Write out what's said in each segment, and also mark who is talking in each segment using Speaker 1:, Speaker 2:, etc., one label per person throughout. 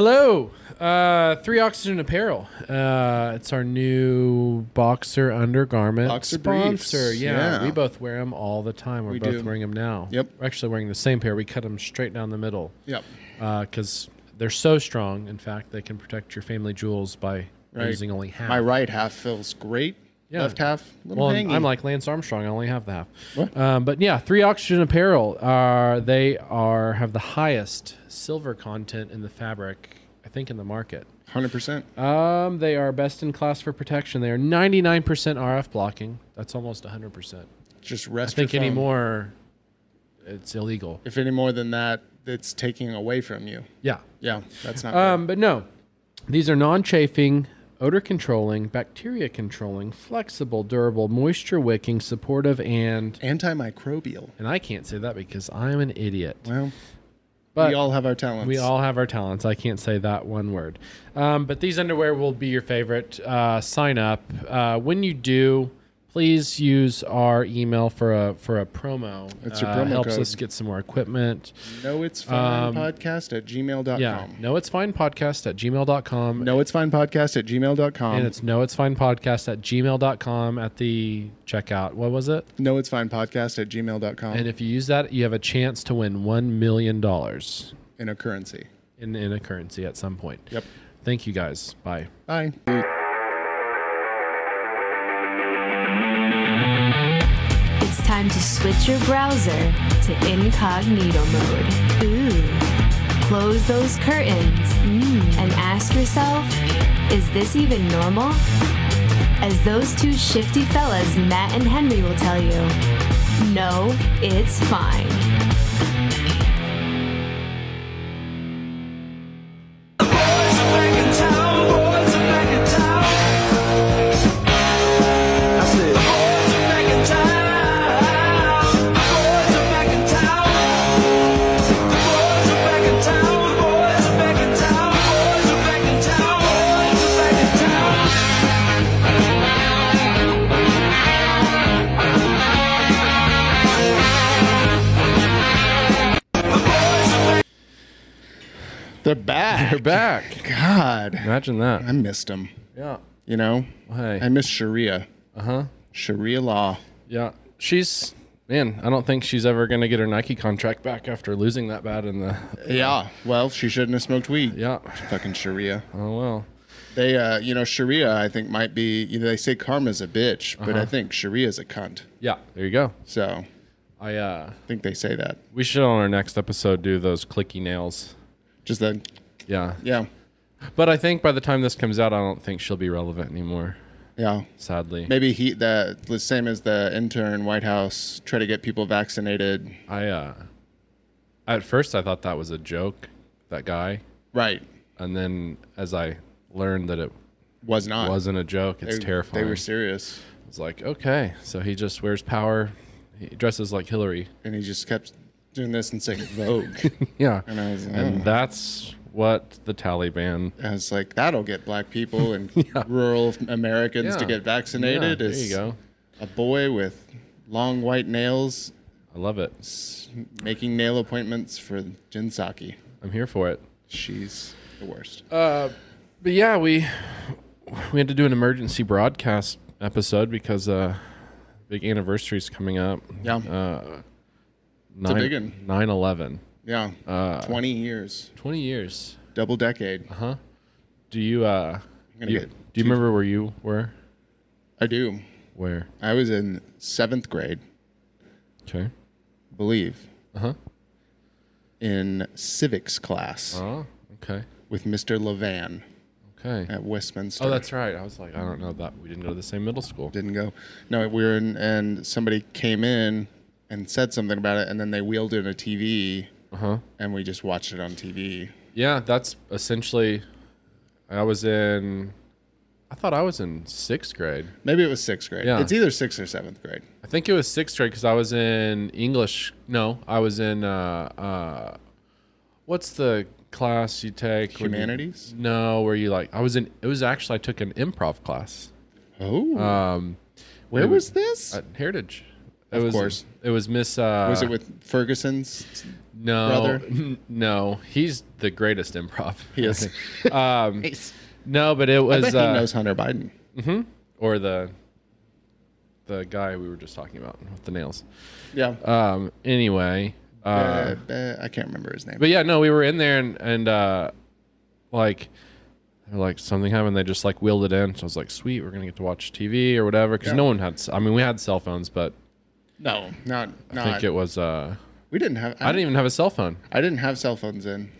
Speaker 1: Hello, uh, Three Oxygen Apparel. Uh, it's our new boxer undergarment
Speaker 2: Boxer
Speaker 1: sponsor.
Speaker 2: briefs,
Speaker 1: Yeah,
Speaker 2: yeah.
Speaker 1: we both wear them all the time. We're
Speaker 2: We
Speaker 1: both
Speaker 2: do.
Speaker 1: wearing them now.
Speaker 2: Yep.
Speaker 1: We're actually wearing the same pair. We cut them straight down the middle
Speaker 2: Yep.
Speaker 1: because they're so strong. In fact, they can protect your family jewels by
Speaker 2: Right.
Speaker 1: using only half.
Speaker 2: My right half feels great.
Speaker 1: Yeah.
Speaker 2: Left half, a little
Speaker 1: Well, I'm-
Speaker 2: hangy.
Speaker 1: I'm like Lance Armstrong. I only have the half.
Speaker 2: What?
Speaker 1: Um, but yeah, Three Oxygen Apparel are they are have the highest silver content in the fabric, I think, in the market.
Speaker 2: 100%.
Speaker 1: Um, they are best in class for protection. They are 99% RF blocking. That's almost 100%.
Speaker 2: Just
Speaker 1: I
Speaker 2: rest
Speaker 1: think
Speaker 2: your
Speaker 1: any
Speaker 2: phone.
Speaker 1: more, it's illegal.
Speaker 2: If any more than that, it's taking away from you.
Speaker 1: Yeah.
Speaker 2: Yeah, that's not
Speaker 1: Um, but no, these are non-chafing, odor controlling, bacteria controlling, flexible, durable, moisture wicking, supportive, and
Speaker 2: good. Antimicrobial.
Speaker 1: and I can't say that because I'm an idiot.
Speaker 2: Well,
Speaker 1: But
Speaker 2: we all have our talents.
Speaker 1: We all have our talents. I can't say that one word. Um, but these underwear will be your favorite. Uh, sign up. Uh, when you do, please use our email for a for a promo.
Speaker 2: It's your
Speaker 1: Uh,
Speaker 2: promo
Speaker 1: helps
Speaker 2: code.
Speaker 1: us get some more equipment.
Speaker 2: know it's fine podcast at gmail.com.
Speaker 1: um, Yeah. No, it's fine podcast at gmail.com.
Speaker 2: Know it's fine podcast at gmail.com.
Speaker 1: And it's no, it's fine podcast at gmail.com at the checkout. What was it?
Speaker 2: know it's fine podcast at gmail.com
Speaker 1: And if you use that, you have a chance to win $1 million
Speaker 2: in a currency.
Speaker 1: in, in a currency at some point.
Speaker 2: Yep.
Speaker 1: Thank you guys. Bye.
Speaker 2: Bye.
Speaker 3: It's time to switch your browser to incognito mode. Ooh. Close those curtains and ask yourself, is this even normal? As those two shifty fellas, Matt and Henry, will tell you, no, it's fine.
Speaker 4: Boys are back in town, boys are back in town. I said, boys are back in town. Boys are back in town. Boys are back in town. Boys are back in town. Boys are back in town. Boys are back in town.
Speaker 2: They're back.
Speaker 1: You're back.
Speaker 2: God,
Speaker 1: Imagine that.
Speaker 2: I missed them.
Speaker 1: Yeah.
Speaker 2: You know,
Speaker 1: Hey.
Speaker 2: I miss Sharia.
Speaker 1: Uh huh.
Speaker 2: Sharia law.
Speaker 1: Yeah. She's man. I don't think she's ever gonna get her Nike contract back after losing that bad in the.
Speaker 2: Yeah. Well, she shouldn't have smoked weed.
Speaker 1: Yeah.
Speaker 2: Fucking Sharia.
Speaker 1: Oh well.
Speaker 2: They, uh, you know, Sharia, I think, might be, you know, they say karma's a bitch, but
Speaker 1: Uh-huh.
Speaker 2: I think Sharia's a cunt.
Speaker 1: Yeah. There you go.
Speaker 2: So
Speaker 1: I uh.
Speaker 2: I think they say that.
Speaker 1: We should on our next episode do those clicky nails.
Speaker 2: Just then,
Speaker 1: Yeah.
Speaker 2: yeah.
Speaker 1: But I think by the time this comes out, I don't think she'll be relevant anymore.
Speaker 2: Yeah.
Speaker 1: Sadly.
Speaker 2: Maybe he, the, the same as the intern White House, try to get people vaccinated.
Speaker 1: I uh. At first, I thought that was a joke, that guy,
Speaker 2: Right.
Speaker 1: and then as I learned that it
Speaker 2: Was not.
Speaker 1: wasn't a joke, it's
Speaker 2: They-
Speaker 1: terrifying.
Speaker 2: They were serious.
Speaker 1: It's like, okay, so he just wears power. He dresses like Hillary.
Speaker 2: And he just kept doing this and saying Vogue.
Speaker 1: Yeah.
Speaker 2: and I was like,
Speaker 1: And
Speaker 2: "Oh."
Speaker 1: that's what the Taliban.
Speaker 2: I was like, that'll get black people and rural Americans to
Speaker 1: Yeah.
Speaker 2: get vaccinated.
Speaker 1: Yeah, there
Speaker 2: is
Speaker 1: you go.
Speaker 2: A boy with long white nails
Speaker 1: I love it.
Speaker 2: making nail appointments for Jinsaki.
Speaker 1: I'm here for it.
Speaker 2: She's the worst.
Speaker 1: Uh, But yeah, we we had to do an emergency broadcast episode because uh big anniversary's coming up.
Speaker 2: yeah,
Speaker 1: uh, Nine,
Speaker 2: big un.
Speaker 1: 9/11.
Speaker 2: yeah.
Speaker 1: uh,
Speaker 2: Twenty years,
Speaker 1: 20 years.
Speaker 2: double decade.
Speaker 1: Do you uh
Speaker 2: gonna
Speaker 1: Uh-huh. you-
Speaker 2: get
Speaker 1: do you remember where you were?
Speaker 2: I do.
Speaker 1: Where?
Speaker 2: I was in seventh grade,
Speaker 1: Okay.
Speaker 2: believe,
Speaker 1: Uh-huh.
Speaker 2: in civics class
Speaker 1: Oh, okay.
Speaker 2: with Mr. Levan
Speaker 1: Okay.
Speaker 2: at Westminster.
Speaker 1: Oh, that's right. I was like, I don't know that we didn't go to the same middle school.
Speaker 2: didn't go. No, we were in, and somebody came in and said something about it, and then they wheeled in a TV,
Speaker 1: Uh-huh.
Speaker 2: and we just watched it on TV.
Speaker 1: Yeah, that's essentially. I was in. I thought I was in sixth grade.
Speaker 2: Maybe it was sixth grade.
Speaker 1: Yeah.
Speaker 2: It's either sixth or seventh grade.
Speaker 1: I think it was sixth grade because I was in English. No, I was in. Uh, uh, what's the class you take? when you-
Speaker 2: Humanities?
Speaker 1: no, where you like? I was in. It was actually I took an improv class.
Speaker 2: Oh,
Speaker 1: Um,
Speaker 2: where
Speaker 1: it
Speaker 2: was this?
Speaker 1: at Heritage. it
Speaker 2: Of
Speaker 1: was,
Speaker 2: course.
Speaker 1: It was Miss. Uh,
Speaker 2: Was it with Ferguson's?
Speaker 1: no,
Speaker 2: brother?
Speaker 1: No, he's the greatest improv.
Speaker 2: He is.
Speaker 1: Um,
Speaker 2: Nice.
Speaker 1: no, but it
Speaker 2: I
Speaker 1: was
Speaker 2: bet
Speaker 1: uh,
Speaker 2: he knows Hunter Biden.
Speaker 1: or the the guy we were just talking about with the nails.
Speaker 2: Yeah.
Speaker 1: Um, anyway, uh,
Speaker 2: Uh, uh, I can't remember his name.
Speaker 1: but yeah, no, we were in there and and uh, like they were like something happened. They just like wheeled it in. So I was like, sweet, we're gonna get to watch TV or whatever. Because
Speaker 2: Yeah.
Speaker 1: no one had. s- I mean, we had cell phones, but
Speaker 2: no, not
Speaker 1: I
Speaker 2: not.
Speaker 1: think it was. Uh,
Speaker 2: we didn't have.
Speaker 1: I didn't even have a cell phone.
Speaker 2: I didn't have cell phones in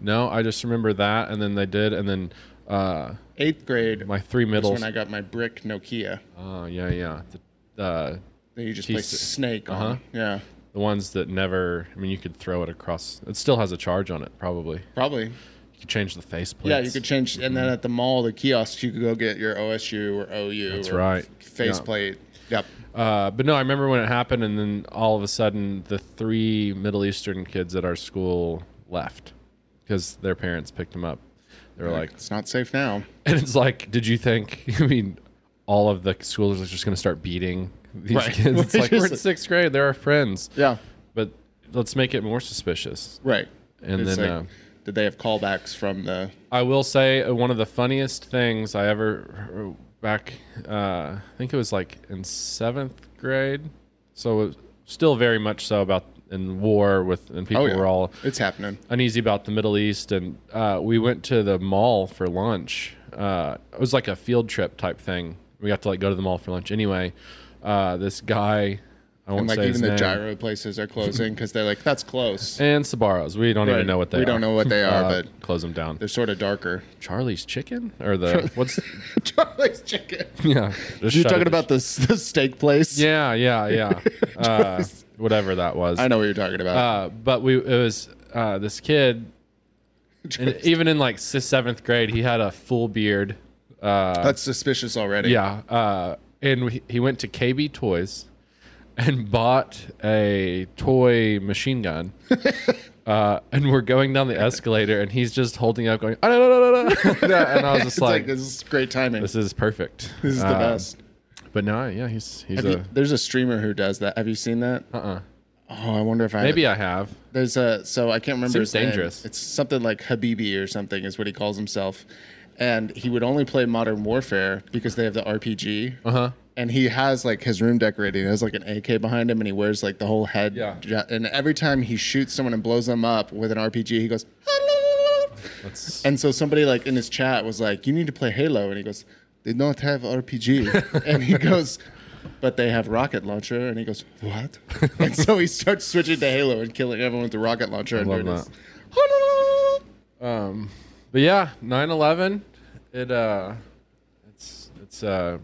Speaker 1: No, I just remember that, and then they did, and then uh,
Speaker 2: eighth grade.
Speaker 1: my three
Speaker 2: was
Speaker 1: middles.
Speaker 2: when I got my brick Nokia.
Speaker 1: Oh yeah, yeah. The, uh,
Speaker 2: That you just
Speaker 1: Piece
Speaker 2: play
Speaker 1: of-
Speaker 2: Snake
Speaker 1: Uh-huh.
Speaker 2: on. Yeah,
Speaker 1: the ones that never. I mean, you could throw it across. It still has a charge on it, probably.
Speaker 2: probably.
Speaker 1: You could change the face plates.
Speaker 2: Yeah, you could change, and
Speaker 1: Mm-hmm.
Speaker 2: then at the mall, the kiosks, you could go get your OSU or OU.
Speaker 1: That's
Speaker 2: or
Speaker 1: right.
Speaker 2: Face
Speaker 1: Yeah.
Speaker 2: plate. Yep.
Speaker 1: Uh, but no, I remember when it happened, and then all of a sudden, the three Middle Eastern kids at our school left because their parents picked them up. They were like,
Speaker 2: it's not safe now.
Speaker 1: and it's like, did you think? I mean, all of the schools are just going to start beating these
Speaker 2: Right.
Speaker 1: kids. It's
Speaker 2: We're
Speaker 1: like we're in
Speaker 2: just-
Speaker 1: sixth grade; they're our friends.
Speaker 2: Yeah.
Speaker 1: but let's make it more suspicious.
Speaker 2: Right.
Speaker 1: And
Speaker 2: It's
Speaker 1: then,
Speaker 2: like,
Speaker 1: uh,
Speaker 2: did they have callbacks from the?
Speaker 1: I will say uh, one of the funniest things I ever back. Uh, I think it was like in seventh grade, so it was still very much so about in war with and people
Speaker 2: Oh yeah.
Speaker 1: were all
Speaker 2: It's happening.
Speaker 1: uneasy about the Middle East, and uh, we went to the mall for lunch. Uh, it was like a field trip type thing. We got to like go to the mall for lunch. Anyway, uh, this guy, I won't
Speaker 2: And like
Speaker 1: say his
Speaker 2: even the
Speaker 1: name,
Speaker 2: gyro places are closing because they're like that's close.
Speaker 1: and Sabaros. We don't
Speaker 2: Right.
Speaker 1: even know what they
Speaker 2: We
Speaker 1: are. Uh,
Speaker 2: don't know what they are, but-
Speaker 1: close them down.
Speaker 2: They're sort of darker.
Speaker 1: Charlie's Chicken or the what's
Speaker 2: Charlie's Chicken.
Speaker 1: yeah?
Speaker 2: You're talking about the, the steak place.
Speaker 1: yeah, yeah, yeah, uh, whatever that was.
Speaker 2: I know what you're talking about.
Speaker 1: Uh, but we it was uh, this kid, and even in like si- seventh grade, he had a full beard. Uh,
Speaker 2: That's suspicious already.
Speaker 1: yeah, uh, and we, he went to KB Toys and bought a toy machine gun. Uh, and we're going down the escalator, and he's just holding up, going, "Ah, no, no, no, no, no," and I was just
Speaker 2: It's like,
Speaker 1: like,
Speaker 2: this is great timing.
Speaker 1: This is perfect.
Speaker 2: This is the
Speaker 1: Uh,
Speaker 2: best.
Speaker 1: But no, yeah, he's he's
Speaker 2: Have
Speaker 1: a
Speaker 2: you- there's a streamer who does that. Have you seen that?
Speaker 1: uh uh
Speaker 2: Oh, I wonder if I
Speaker 1: Maybe I have.
Speaker 2: There's a so I can't remember.
Speaker 1: Seems
Speaker 2: his name.
Speaker 1: dangerous.
Speaker 2: It's something like Habibi or something is what he calls himself, and he would only play Modern Warfare because they have the RPG. Uh
Speaker 1: Uh-huh.
Speaker 2: And he has like his room decorated. He has like an AK behind him, and he wears like the whole head.
Speaker 1: Yeah.
Speaker 2: ja- And every time he shoots someone and blows them up with an RPG, he goes.
Speaker 1: That's
Speaker 2: And so somebody like in his chat was like, "You need to play Halo," and he goes, "They don't have RPG," and he goes. But they have rocket launcher, and he goes, "What?" and so he starts switching to Halo and killing everyone with the rocket launcher. and
Speaker 1: love
Speaker 2: there it is.
Speaker 1: that. Um, but yeah, 9/11. It uh, it's it's uh,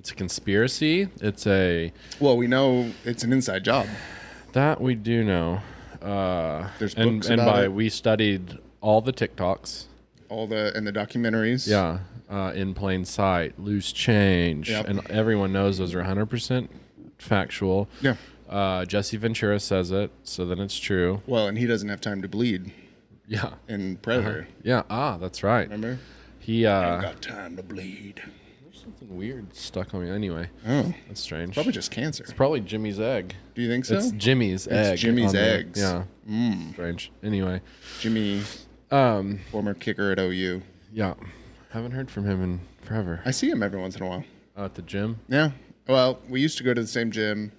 Speaker 1: it's a conspiracy. It's a
Speaker 2: Well, we know it's an inside job.
Speaker 1: that we do know. Uh,
Speaker 2: There's
Speaker 1: and
Speaker 2: books
Speaker 1: and
Speaker 2: about
Speaker 1: by
Speaker 2: it.
Speaker 1: we studied all the TikToks.
Speaker 2: All the and the documentaries.
Speaker 1: Yeah. Uh, in plain sight, loose change,
Speaker 2: Yep.
Speaker 1: and everyone knows those are 100% factual.
Speaker 2: Yeah.
Speaker 1: Uh, Jesse Ventura says it, so then it's true.
Speaker 2: Well, and he doesn't have time to bleed
Speaker 1: Yeah.
Speaker 2: in Predator.
Speaker 1: Yeah. Ah, that's right.
Speaker 2: Remember?
Speaker 1: He uh,
Speaker 2: Got time to bleed.
Speaker 1: something weird stuck on me. Anyway,
Speaker 2: Oh,
Speaker 1: that's strange.
Speaker 2: probably just cancer.
Speaker 1: probably Jimmy's egg.
Speaker 2: Do you think so?
Speaker 1: It's Jimmy's egg.
Speaker 2: Jimmy's
Speaker 1: on the-
Speaker 2: eggs. Mm.
Speaker 1: yeah. Strange. Anyway,
Speaker 2: Jimmy,
Speaker 1: um,
Speaker 2: former kicker at OU.
Speaker 1: yeah, haven't heard from him in forever.
Speaker 2: I see him every once in a while.
Speaker 1: Out at the gym,
Speaker 2: Yeah. Well, we used to go to the same gym,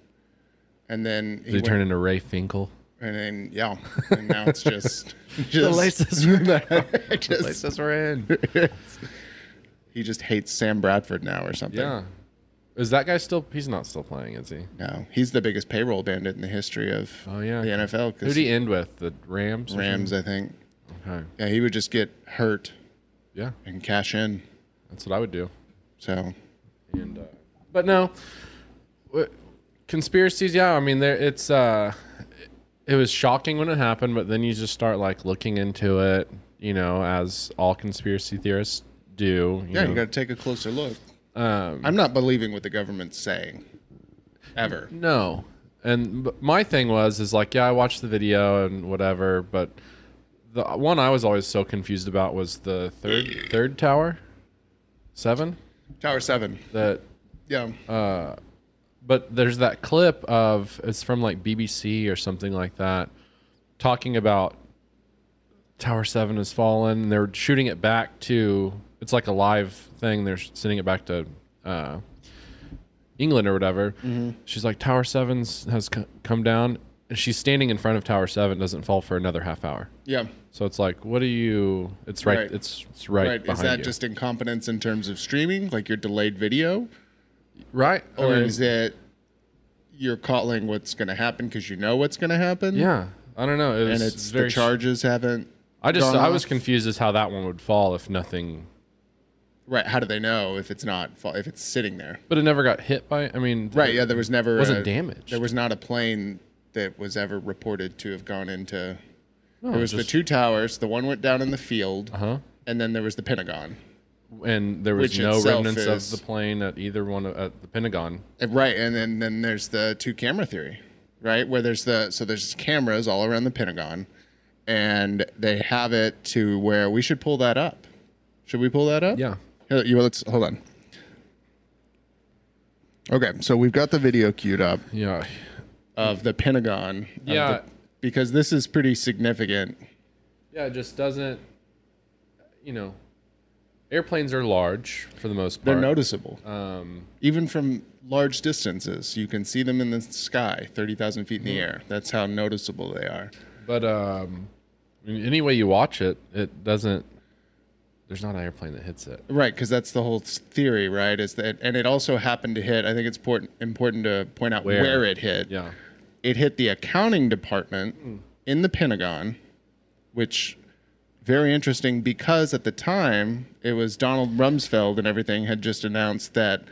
Speaker 2: and then he
Speaker 1: did he
Speaker 2: went-
Speaker 1: turn into Ray Finkel?
Speaker 2: and then yeah, and now it's just, just just-
Speaker 1: were in.
Speaker 2: he just hates Sam Bradford now or something.
Speaker 1: Yeah. Is that guy still? He's not still playing, is he?
Speaker 2: No, he's the biggest payroll bandit in the history of
Speaker 1: Oh yeah.
Speaker 2: the NFL.
Speaker 1: Who'd he end with? The Rams. or
Speaker 2: Rams, I think.
Speaker 1: something? Okay.
Speaker 2: Yeah, he would just get hurt
Speaker 1: Yeah,
Speaker 2: and cash in.
Speaker 1: that's what I would do.
Speaker 2: So
Speaker 1: and uh, but no w- conspiracies yeah i mean there it's uh it was shocking when it happened but then you just start like looking into it you know as all conspiracy theorists do you
Speaker 2: yeah,
Speaker 1: know.
Speaker 2: you got to take a closer look.
Speaker 1: Um,
Speaker 2: I'm not believing what the government's saying, ever.
Speaker 1: no and but my thing was is like yeah i watched the video and whatever but the one i was always so confused about was the third third tower seven
Speaker 2: Tower Seven.
Speaker 1: that
Speaker 2: Yeah.
Speaker 1: but there's that clip of it's from like BBC or something like that, talking about Tower Seven has fallen. They're shooting it back to it's like a live thing. They're sending it back to uh, England or whatever.
Speaker 2: Mm-hmm.
Speaker 1: She's like Tower Seven's has c- come down, and she's standing in front of Tower Seven. Doesn't fall for another half hour.
Speaker 2: Yeah.
Speaker 1: So it's like, what do you? It's right.
Speaker 2: Right.
Speaker 1: It's it's right,
Speaker 2: Right. Is
Speaker 1: behind
Speaker 2: that
Speaker 1: you.
Speaker 2: just incompetence in terms of streaming, like your delayed video?
Speaker 1: right? I
Speaker 2: Or
Speaker 1: mean,
Speaker 2: is it you're calling what's going to happen because you know what's going to happen?
Speaker 1: Yeah, I don't know. It was
Speaker 2: And it's
Speaker 1: very
Speaker 2: the charges haven't.
Speaker 1: I just
Speaker 2: gone
Speaker 1: I was
Speaker 2: off?
Speaker 1: confused as how that one would fall if nothing,
Speaker 2: Right. How do they know if it's not, fa- if it's sitting there?
Speaker 1: but it never got hit by. I mean,
Speaker 2: Right. Yeah. There was never.
Speaker 1: Wasn't
Speaker 2: a-
Speaker 1: damaged.
Speaker 2: There was not a plane that was ever reported to have gone into.
Speaker 1: no,
Speaker 2: There was the
Speaker 1: just- Uh-huh.
Speaker 2: two towers. The one went down in the field. And then there was the Pentagon.
Speaker 1: and there was
Speaker 2: which
Speaker 1: no
Speaker 2: itself
Speaker 1: remnants
Speaker 2: is-
Speaker 1: of the plane at either one of, at the Pentagon.
Speaker 2: And right. And then, then there's the two camera theory, right? Where there's the. So there's cameras all around the Pentagon. And they have it to where we should pull that up. Should we pull that up?
Speaker 1: Yeah.
Speaker 2: Here, you, let's hold on. Okay, so we've got the video queued up.
Speaker 1: Yeah,
Speaker 2: of the Pentagon. of the-
Speaker 1: Yeah.
Speaker 2: because this is pretty significant.
Speaker 1: yeah, it just doesn't. You know, airplanes are large for the most
Speaker 2: They're
Speaker 1: part. Um,
Speaker 2: noticeable. Even from large distances, you can see them in the sky, 30,000 feet in
Speaker 1: Hmm.
Speaker 2: the air. That's how noticeable they are.
Speaker 1: But um, I mean, any way you watch it, it doesn't. There's not an airplane that hits it.
Speaker 2: Right, because that's the whole s- theory, right? Is that, and it also happened to hit, I think it's port, important to point out
Speaker 1: Where?
Speaker 2: where, it hit.
Speaker 1: Yeah,
Speaker 2: It hit the accounting department in the Pentagon, which very interesting because at the time it was Donald Rumsfeld and everything had just announced that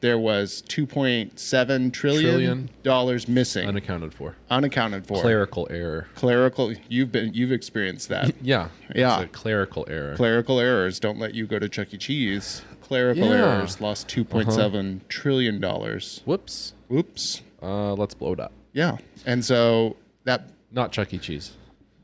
Speaker 2: there was 2.7
Speaker 1: Trillion.
Speaker 2: trillion dollars missing
Speaker 1: unaccounted for.
Speaker 2: unaccounted for
Speaker 1: Clerical error.
Speaker 2: clerical you've been you've experienced that
Speaker 1: Yeah.
Speaker 2: Yeah.
Speaker 1: It's a clerical error.
Speaker 2: clerical errors don't let you go to Chuck E Cheese clerical
Speaker 1: Yeah. Uh-huh.
Speaker 2: errors lost 2.7 trillion dollars
Speaker 1: Whoops.
Speaker 2: oops
Speaker 1: Uh, let's blow it up.
Speaker 2: yeah and so that
Speaker 1: Not Chuck E. Cheese.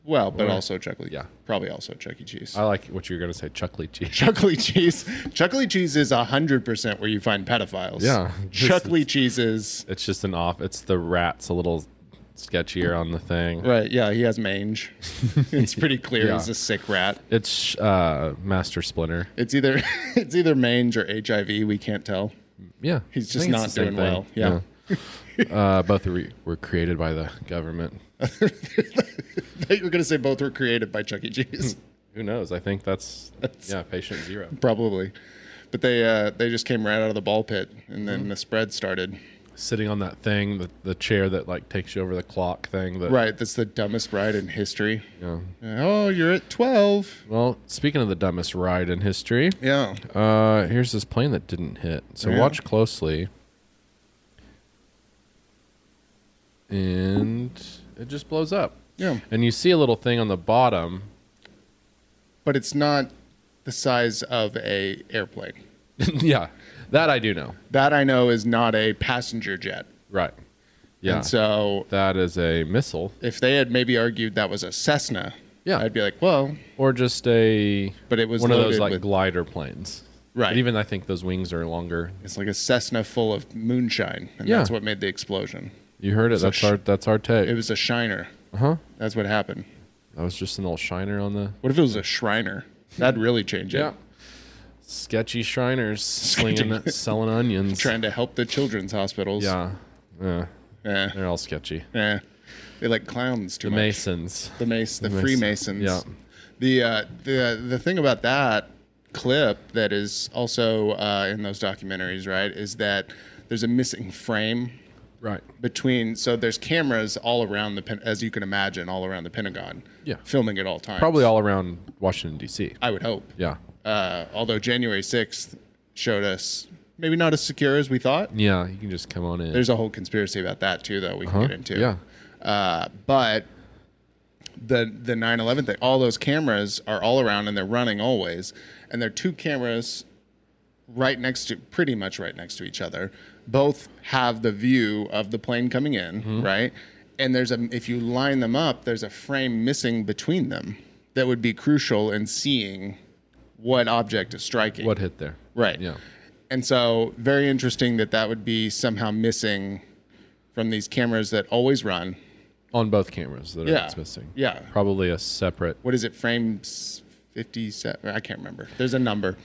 Speaker 2: well but
Speaker 1: Right.
Speaker 2: also Chuck E
Speaker 1: Yeah. Uh,
Speaker 2: probably also Chuck E Cheese
Speaker 1: I like what you're gonna say, Chuck Lee Cheese.
Speaker 2: Chuck E. Cheese. Chuck E. Cheese is hundred percent where you find pedophiles.
Speaker 1: Yeah.
Speaker 2: Chuck E. Cheese is
Speaker 1: It's just an off. It's the rat's a little sketchier on the thing.
Speaker 2: right. Yeah, he has mange. it's pretty clear
Speaker 1: Yeah.
Speaker 2: he's a sick rat.
Speaker 1: It's uh, Master Splinter.
Speaker 2: It's either it's either mange or HIV. We can't tell.
Speaker 1: Yeah.
Speaker 2: He's
Speaker 1: I
Speaker 2: just
Speaker 1: think it's
Speaker 2: not
Speaker 1: the same
Speaker 2: doing well. Yeah.
Speaker 1: Yeah. uh, both were, were created by the government.
Speaker 2: I thought you were gonna say both were created by Chuck E. Cheese.
Speaker 1: Who knows? I think that's,
Speaker 2: That's-
Speaker 1: yeah, patient zero.
Speaker 2: Probably. But they uh, they just came right out of the ball pit, and then
Speaker 1: Mm-hmm.
Speaker 2: the spread started.
Speaker 1: Sitting on that thing, the, the chair that like takes you over the clock thing. That,
Speaker 2: Right, that's the dumbest ride in history.
Speaker 1: Yeah.
Speaker 2: Oh, you're at twelve.
Speaker 1: Well, speaking of the dumbest ride in history,
Speaker 2: Yeah.
Speaker 1: Uh, here's this plane that didn't hit. So
Speaker 2: Yeah.
Speaker 1: watch closely. And it just blows up.
Speaker 2: Yeah.
Speaker 1: And you see a little thing on the bottom.
Speaker 2: but it's not the size of a airplane.
Speaker 1: yeah. That I do know.
Speaker 2: That I know is not a passenger jet.
Speaker 1: Right. Yeah.
Speaker 2: And so
Speaker 1: that is a missile
Speaker 2: if they had maybe argued that was a Cessna,
Speaker 1: Yeah.
Speaker 2: I'd be like, well,
Speaker 1: or just a
Speaker 2: but it was
Speaker 1: one of those
Speaker 2: loaded
Speaker 1: like
Speaker 2: with-
Speaker 1: glider planes.
Speaker 2: Right.
Speaker 1: But even I think those wings are longer.
Speaker 2: it's like a Cessna full of moonshine, and
Speaker 1: Yeah.
Speaker 2: that's what made the explosion.
Speaker 1: You heard it.
Speaker 2: a
Speaker 1: That's
Speaker 2: sh-
Speaker 1: our that's our take.
Speaker 2: It was a Shiner.
Speaker 1: huh?
Speaker 2: That's what happened.
Speaker 1: That was just an old shiner on the
Speaker 2: What if it was a Shriner? That'd really change it.
Speaker 1: Sketchy Shriners slinging, selling onions.
Speaker 2: Trying to help the children's hospitals.
Speaker 1: Yeah. Yeah.
Speaker 2: Eh,
Speaker 1: They're all sketchy.
Speaker 2: eh. They like clowns too
Speaker 1: The
Speaker 2: much.
Speaker 1: Masons.
Speaker 2: the Mace, the,
Speaker 1: Mason.
Speaker 2: Freemasons.
Speaker 1: Yeah.
Speaker 2: The uh, the the thing about that clip that is also uh, in those documentaries, right, is that there's a missing frame
Speaker 1: Right.
Speaker 2: between. So there's cameras all around the Pen- as you can imagine, all around the Pentagon.
Speaker 1: Yeah.
Speaker 2: Filming at all times.
Speaker 1: Probably all around Washington D.C.
Speaker 2: I would hope.
Speaker 1: Yeah.
Speaker 2: Uh, although January sixth showed us maybe not as secure as we thought.
Speaker 1: Yeah. You can just come on in.
Speaker 2: There's a whole conspiracy about that too, though we can
Speaker 1: Huh?
Speaker 2: get into.
Speaker 1: Yeah.
Speaker 2: Uh, but the the 9/11 thing, all those cameras are all around and they're running always, and they're two cameras right next to, pretty much right next to each other. Both have the view of the plane coming in,
Speaker 1: Mm-hmm.
Speaker 2: right? And there's a if you line them up, there's a frame missing between them that would be crucial in seeing what object is striking.
Speaker 1: What hit there?
Speaker 2: Right.
Speaker 1: Yeah.
Speaker 2: And so, very interesting that that would be somehow missing from these cameras that always run.
Speaker 1: on both cameras that are
Speaker 2: Yeah.
Speaker 1: it's missing.
Speaker 2: Yeah.
Speaker 1: Probably a separate.
Speaker 2: What is it? Frames 57? I can't remember. There's a number,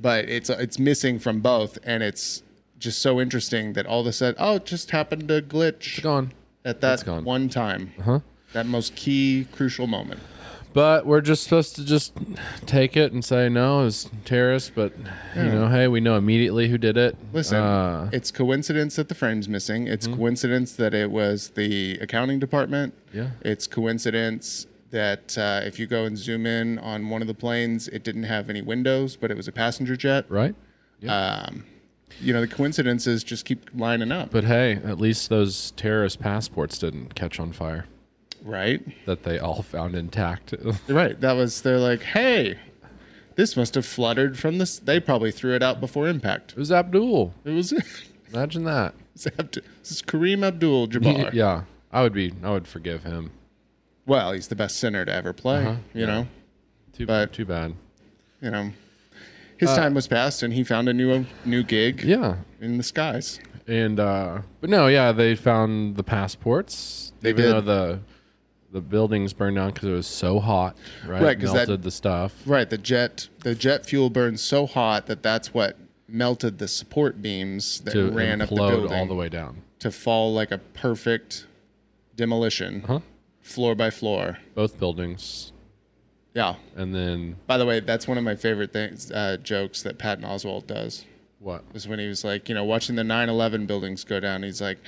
Speaker 2: but it's it's missing from both, and it's just so interesting that all of a sudden, oh, it just happened to glitch
Speaker 1: Gone.
Speaker 2: at
Speaker 1: It's
Speaker 2: that
Speaker 1: gone. Uh-huh.
Speaker 2: one time. That most key crucial moment.
Speaker 1: But we're just supposed to just take it and say no, it's terrorists. But you know, hey, we know immediately who did it.
Speaker 2: Listen,
Speaker 1: Uh, Mm-hmm.
Speaker 2: it's coincidence that the frame's missing. It's coincidence that it was the accounting department.
Speaker 1: Yeah.
Speaker 2: It's coincidence that uh, if you go and zoom in on one of the planes, it didn't have any windows, but it was a passenger jet.
Speaker 1: right?
Speaker 2: Um, you know, the coincidences just keep lining up,
Speaker 1: But hey, at least those terrorist passports didn't catch on fire.
Speaker 2: right?
Speaker 1: That they all found intact.
Speaker 2: Right. That was, they're like, hey, this must have fluttered from this. They probably threw it out before impact.
Speaker 1: It was Abdul.
Speaker 2: It was, it
Speaker 1: Imagine that.
Speaker 2: was Abdu- this is Kareem Abdul Jabbar.
Speaker 1: Yeah, I would be. I would forgive him.
Speaker 2: Well, he's the best center to ever play,
Speaker 1: Uh-huh.
Speaker 2: you know?
Speaker 1: Too
Speaker 2: But-
Speaker 1: too bad.
Speaker 2: you know, his time was past, and he found a new uh, new gig
Speaker 1: Uh, Yeah,
Speaker 2: in the skies.
Speaker 1: and uh, but no, yeah, they found the passports.
Speaker 2: They
Speaker 1: even
Speaker 2: did.
Speaker 1: though the the buildings burned down because it was so hot. Right,
Speaker 2: Right, 'cause that-
Speaker 1: melted the stuff.
Speaker 2: Right, the jet the jet fuel burned so hot that that's what melted the support beams that
Speaker 1: to
Speaker 2: ran up the
Speaker 1: implode
Speaker 2: building
Speaker 1: all the way down.
Speaker 2: to fall like a perfect demolition,
Speaker 1: Uh-huh.
Speaker 2: floor by floor.
Speaker 1: Both buildings,
Speaker 2: Yeah.
Speaker 1: and then
Speaker 2: By the way, that's one of my favorite things uh, jokes that Patton Oswald does.
Speaker 1: what?
Speaker 2: was when he was like, you know, watching the 9/11 buildings go down. He's like,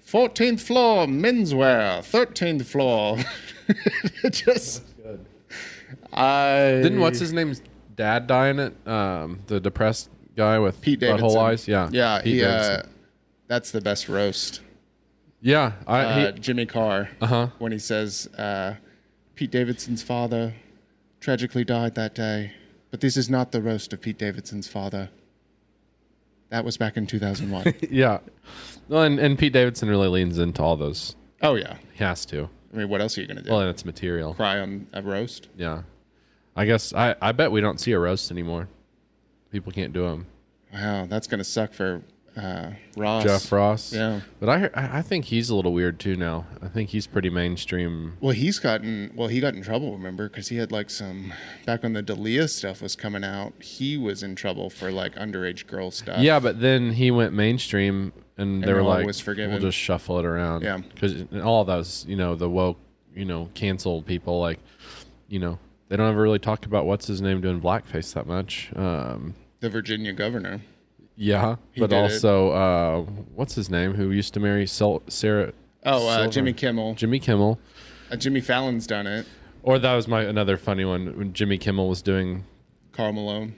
Speaker 2: 14th floor menswear, 13th floor. It just I
Speaker 1: Didn't what's his name's dad die in it? Um, the depressed guy with
Speaker 2: Pete Davidson.
Speaker 1: butthole eyes. Yeah,
Speaker 2: yeah.
Speaker 1: Pete
Speaker 2: he, uh,
Speaker 1: Davidson.
Speaker 2: that's the best roast.
Speaker 1: yeah. I, he-
Speaker 2: Uh, Jimmy Carr. Uh-huh. When he says, uh, Pete Davidson's father tragically died that day, but this is not the roast of Pete Davidson's father. That was back in 2001.
Speaker 1: yeah. Well, and, and Pete Davidson really leans into all those.
Speaker 2: oh yeah.
Speaker 1: He has to.
Speaker 2: I mean, what else are you gonna do?
Speaker 1: Well, and it's material.
Speaker 2: Cry on a roast?
Speaker 1: Yeah. I guess I, I bet we don't see a roast anymore. People can't do them.
Speaker 2: Wow, that's gonna suck for uh, Ross.
Speaker 1: Jeff Ross.
Speaker 2: Yeah.
Speaker 1: But I hear- I I think he's a little weird too now. I think he's pretty mainstream.
Speaker 2: Well, he's gotten well. He got in trouble, remember, because he had like some back when the Dalia stuff was coming out. He was in trouble for like underage girl stuff.
Speaker 1: Yeah, but then he went mainstream and they
Speaker 2: And
Speaker 1: were
Speaker 2: no one
Speaker 1: like
Speaker 2: was forgiven.
Speaker 1: we'll just shuffle it around.
Speaker 2: Yeah.
Speaker 1: Cuz all those, you know, the woke, you know, canceled people like you know, they don't ever really talk about what's his name doing blackface that much. Um
Speaker 2: the Virginia governor.
Speaker 1: yeah, but
Speaker 2: did it.
Speaker 1: also uh what's his name who used to marry Sil- Sarah
Speaker 2: Oh, uh,
Speaker 1: Silver-
Speaker 2: Jimmy Kimmel.
Speaker 1: Jimmy Kimmel.
Speaker 2: Uh, Jimmy Fallon's done it.
Speaker 1: Or that was my another funny one when Jimmy Kimmel was doing.
Speaker 2: Carl Malone.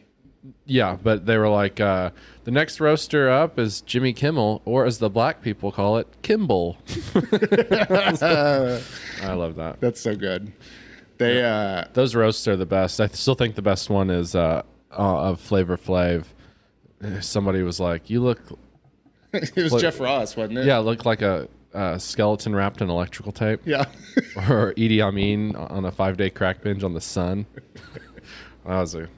Speaker 1: Yeah, but they were like, uh, the next roaster up is Jimmy Kimmel, or as the black people call it, Kimball. I love that.
Speaker 2: That's so good. They uh,
Speaker 1: Those roasts are the best. I still think the best one is uh, uh, of Flavor Flav. Somebody was like, "You look,
Speaker 2: it was Jeff Ross, wasn't it?
Speaker 1: yeah, look like a, a skeleton wrapped in electrical tape."
Speaker 2: Yeah.
Speaker 1: or Idi Amin on a five-day crack binge on the sun. that was a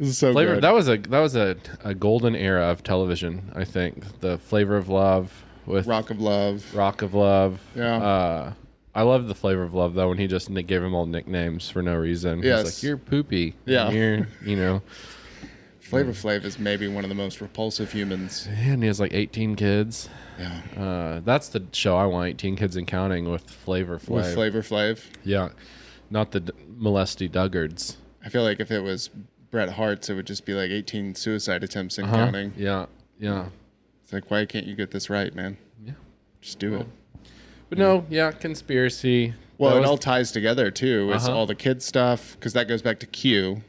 Speaker 2: this is so
Speaker 1: flavor
Speaker 2: good.
Speaker 1: that was a that was a, a golden era of television i think the flavor of love with rock,
Speaker 2: Rock of Love.
Speaker 1: of love
Speaker 2: Yeah.
Speaker 1: uh i love the flavor of love though when he just ni- gave him all nicknames for no reason He's
Speaker 2: Yes.
Speaker 1: like you're poopy
Speaker 2: Yeah.
Speaker 1: you're you know
Speaker 2: Flavor Flav is maybe one of the most repulsive humans.
Speaker 1: and he has like 18 kids
Speaker 2: Yeah.
Speaker 1: uh that's the show i want 18 kids and counting with flavor flav
Speaker 2: With Flavor Flav.
Speaker 1: yeah not the d- molesty duggards
Speaker 2: I feel like if it was Bret Hart's, it would just be like 18 suicide attempts and
Speaker 1: Huh?
Speaker 2: counting.
Speaker 1: Uh-huh. yeah yeah
Speaker 2: It's like, why can't you get this right, man?
Speaker 1: yeah
Speaker 2: Just do it.
Speaker 1: but no yeah conspiracy
Speaker 2: Well,
Speaker 1: That
Speaker 2: it
Speaker 1: was-
Speaker 2: all ties together too. It's
Speaker 1: Uh-huh.
Speaker 2: all the kid stuff because that goes back to Q,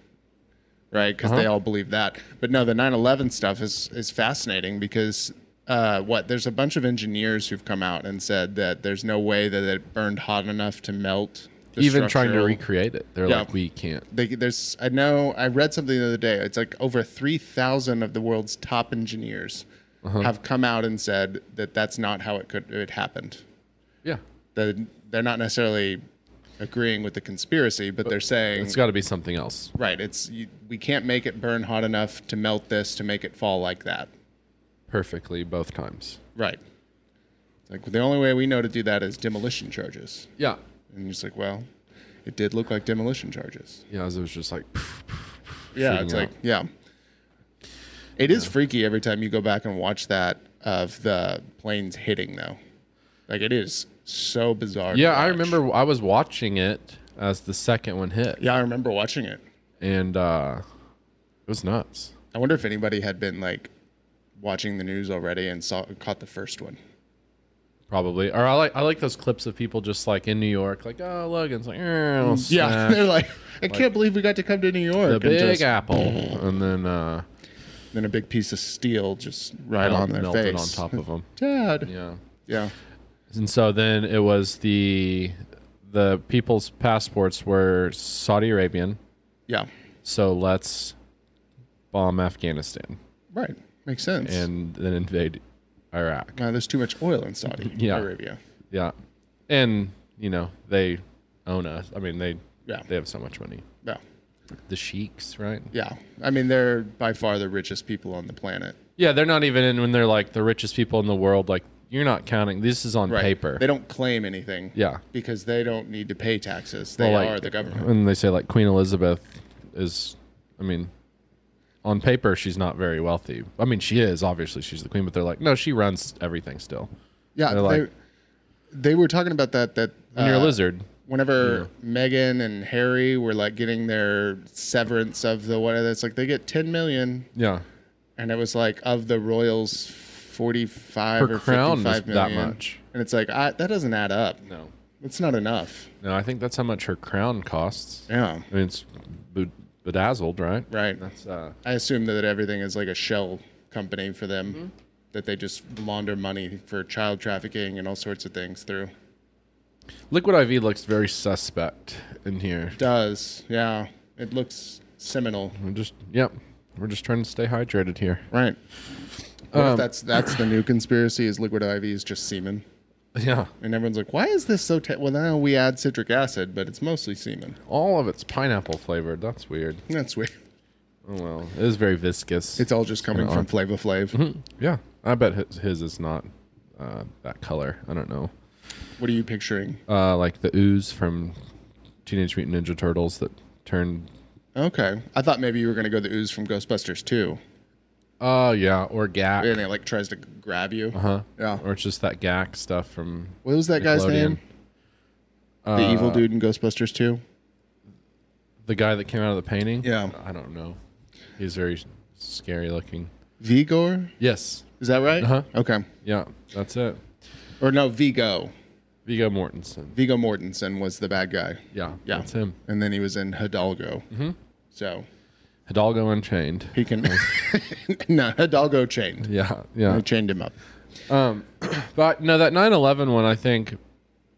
Speaker 2: right? Because they
Speaker 1: Uh-huh.
Speaker 2: all believe that. But no, the 9/11 stuff is is fascinating because uh, what there's a bunch of engineers who've come out and said that there's no way that it burned hot enough to melt. the
Speaker 1: even trying to
Speaker 2: structural-
Speaker 1: recreate it they're
Speaker 2: Yeah.
Speaker 1: like we can't
Speaker 2: they, there's I know I read something the other day. It's like over three thousand of the world's top engineers
Speaker 1: Uh-huh.
Speaker 2: have come out and said that that's not how it could it happened.
Speaker 1: Yeah.
Speaker 2: That they're not necessarily agreeing with the conspiracy, but they're saying
Speaker 1: It's got to be something else.
Speaker 2: right. It's you, we can't make it burn hot enough to melt this to make it fall like that.
Speaker 1: Perfectly both times.
Speaker 2: Right. It's like the only way we know to do that is demolition charges.
Speaker 1: Yeah.
Speaker 2: And you're just like, well, it did look like demolition charges.
Speaker 1: Yeah. As it was just like,
Speaker 2: Yeah,
Speaker 1: shooting
Speaker 2: it's
Speaker 1: out.
Speaker 2: like yeah. It is freaky every time you go back and watch that of the planes hitting though. Like it is so bizarre. to
Speaker 1: yeah. I
Speaker 2: watch.
Speaker 1: remember I was watching it as the second one hit,
Speaker 2: Yeah, I remember watching it.
Speaker 1: and uh, it was nuts.
Speaker 2: I wonder if anybody had been like watching the news already and saw caught the first one.
Speaker 1: Probably. Or I like I like those clips of people just like in New York, like oh look, and it's like eh, I'll
Speaker 2: Mm, Yeah,
Speaker 1: smash
Speaker 2: they're like, I can't believe we got to come to New York.
Speaker 1: the Big
Speaker 2: and just-
Speaker 1: Apple, and then uh,
Speaker 2: Then a big piece of steel just right on their
Speaker 1: melted
Speaker 2: face.
Speaker 1: on top of them.
Speaker 2: Dad.
Speaker 1: Yeah.
Speaker 2: Yeah.
Speaker 1: And so then it was the the people's passports were Saudi Arabian,
Speaker 2: Yeah.
Speaker 1: so let's bomb Afghanistan
Speaker 2: Right. Makes sense.
Speaker 1: and then invade Iraq.
Speaker 2: now there's too much oil in Saudi
Speaker 1: Yeah.
Speaker 2: Arabia.
Speaker 1: Yeah. And you know, they own us. I mean, they
Speaker 2: Yeah.
Speaker 1: they have so much money.
Speaker 2: Yeah.
Speaker 1: The sheiks, right?
Speaker 2: Yeah. I mean, they're by far the richest people on the planet.
Speaker 1: Yeah, they're not even in when they're like the richest people in the world. Like you're not counting. This is on
Speaker 2: Right.
Speaker 1: paper.
Speaker 2: They don't claim anything.
Speaker 1: Yeah.
Speaker 2: Because they don't need to pay taxes. They
Speaker 1: Well, like- uh,
Speaker 2: are the government.
Speaker 1: And they say like Queen Elizabeth is, I mean, on paper she's not very wealthy. I mean, she is obviously she's the queen, but they're like, no, she runs everything still.
Speaker 2: Yeah.
Speaker 1: They're
Speaker 2: They,
Speaker 1: like-
Speaker 2: they were talking about that. That
Speaker 1: And you're a
Speaker 2: uh,
Speaker 1: lizard.
Speaker 2: whenever Meghan and Harry were like getting their severance of the whatever, it's like they get 10 million,
Speaker 1: Yeah,
Speaker 2: and it was like of the royals, 45
Speaker 1: Her
Speaker 2: or
Speaker 1: crown is
Speaker 2: 55
Speaker 1: that
Speaker 2: million.
Speaker 1: much.
Speaker 2: And it's like I, that doesn't add up.
Speaker 1: no,
Speaker 2: It's not enough.
Speaker 1: no. I think that's how much her crown costs.
Speaker 2: Yeah,
Speaker 1: I mean, it's be- bedazzled, right?
Speaker 2: right.
Speaker 1: That's uh,
Speaker 2: I assume that everything is like a shell company for them, that they just launder money for child trafficking and all sorts of things through.
Speaker 1: liquid IV looks very suspect in here.
Speaker 2: Does yeah, it looks seminal.
Speaker 1: We're just yep. We're just trying to stay hydrated here.
Speaker 2: Right. What
Speaker 1: Um,
Speaker 2: if that's that's the new conspiracy is liquid IV is just semen,
Speaker 1: Yeah,
Speaker 2: and everyone's like, why is this so? Te-? Well, now we add citric acid, but it's mostly semen.
Speaker 1: all of it's pineapple flavored. That's weird.
Speaker 2: That's weird.
Speaker 1: Oh well, it is very viscous.
Speaker 2: It's all just coming from Flava Flav.
Speaker 1: Yeah, I bet his, his is not uh, that color. I don't know.
Speaker 2: What are you picturing?
Speaker 1: Uh, like the ooze from Teenage Mutant Ninja Turtles that turned.
Speaker 2: Okay, I thought maybe you were gonna go the ooze from Ghostbusters too,
Speaker 1: Oh yeah, or Gak.
Speaker 2: and it like tries to grab you. Uh
Speaker 1: huh?
Speaker 2: Yeah.
Speaker 1: Uh-huh. Or it's just that Gak stuff from.
Speaker 2: What was that guy's
Speaker 1: Nickelodeon.
Speaker 2: name?
Speaker 1: Uh,
Speaker 2: the evil dude in Ghostbusters too.
Speaker 1: The guy that came out of the painting.
Speaker 2: Yeah.
Speaker 1: I don't know. He's very scary looking.
Speaker 2: Vigor,
Speaker 1: Yes.
Speaker 2: is that right?
Speaker 1: Uh-huh.
Speaker 2: Okay,
Speaker 1: Yeah, that's it.
Speaker 2: or no, Vigo.
Speaker 1: Vigo Mortensen.
Speaker 2: Vigo Mortensen was the bad guy,
Speaker 1: Yeah,
Speaker 2: Yeah.
Speaker 1: that's him.
Speaker 2: and then he was in Hidalgo. Mm-hmm. So
Speaker 1: Hidalgo Unchained.
Speaker 2: He can. no, Hidalgo chained.
Speaker 1: Yeah, yeah.
Speaker 2: I chained him up.
Speaker 1: But no, that 9 11 one, I think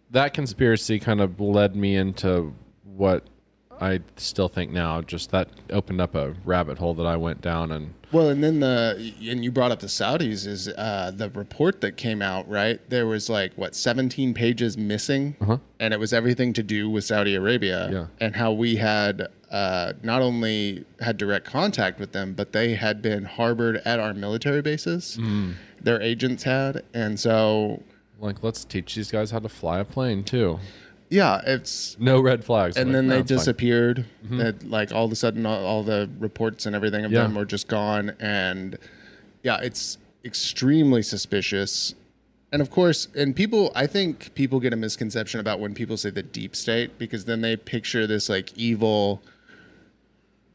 Speaker 1: that conspiracy kind of led me into what I still think now. Just that opened up a rabbit hole that I went down and.
Speaker 2: Well, and then the and you brought up the Saudis is uh, the report that came out right. There was like what seventeen pages missing, and it was everything to do with Saudi Arabia
Speaker 1: Yeah.
Speaker 2: and how we had uh, not only had direct contact with them, but they had been harbored at our military bases. Their agents had, and so
Speaker 1: Like, let's teach these guys how to fly a plane too.
Speaker 2: yeah, it's
Speaker 1: No red flags.
Speaker 2: and
Speaker 1: Like,
Speaker 2: then
Speaker 1: no,
Speaker 2: they
Speaker 1: it's fine. Mm-hmm.
Speaker 2: disappeared. That like all of a sudden, all, all the reports and everything of
Speaker 1: Yeah.
Speaker 2: them were just gone. And yeah, it's extremely suspicious. And of course, and people, I think people get a misconception about when people say the deep state because then they picture this like evil,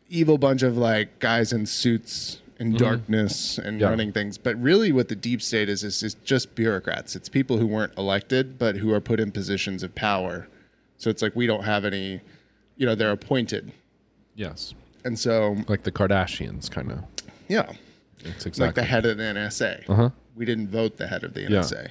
Speaker 2: evil bunch of like guys in suits and darkness and
Speaker 1: Yeah.
Speaker 2: running things. But really, what the deep state is, is is just bureaucrats. It's people who weren't elected but who are put in positions of power. So it's like we don't have any, you know, they're appointed.
Speaker 1: Yes.
Speaker 2: And so,
Speaker 1: Like the Kardashians, kind of.
Speaker 2: yeah,
Speaker 1: It's
Speaker 2: like the
Speaker 1: exactly. Uh-huh.
Speaker 2: head of the NSA. We didn't vote the head of the NSA.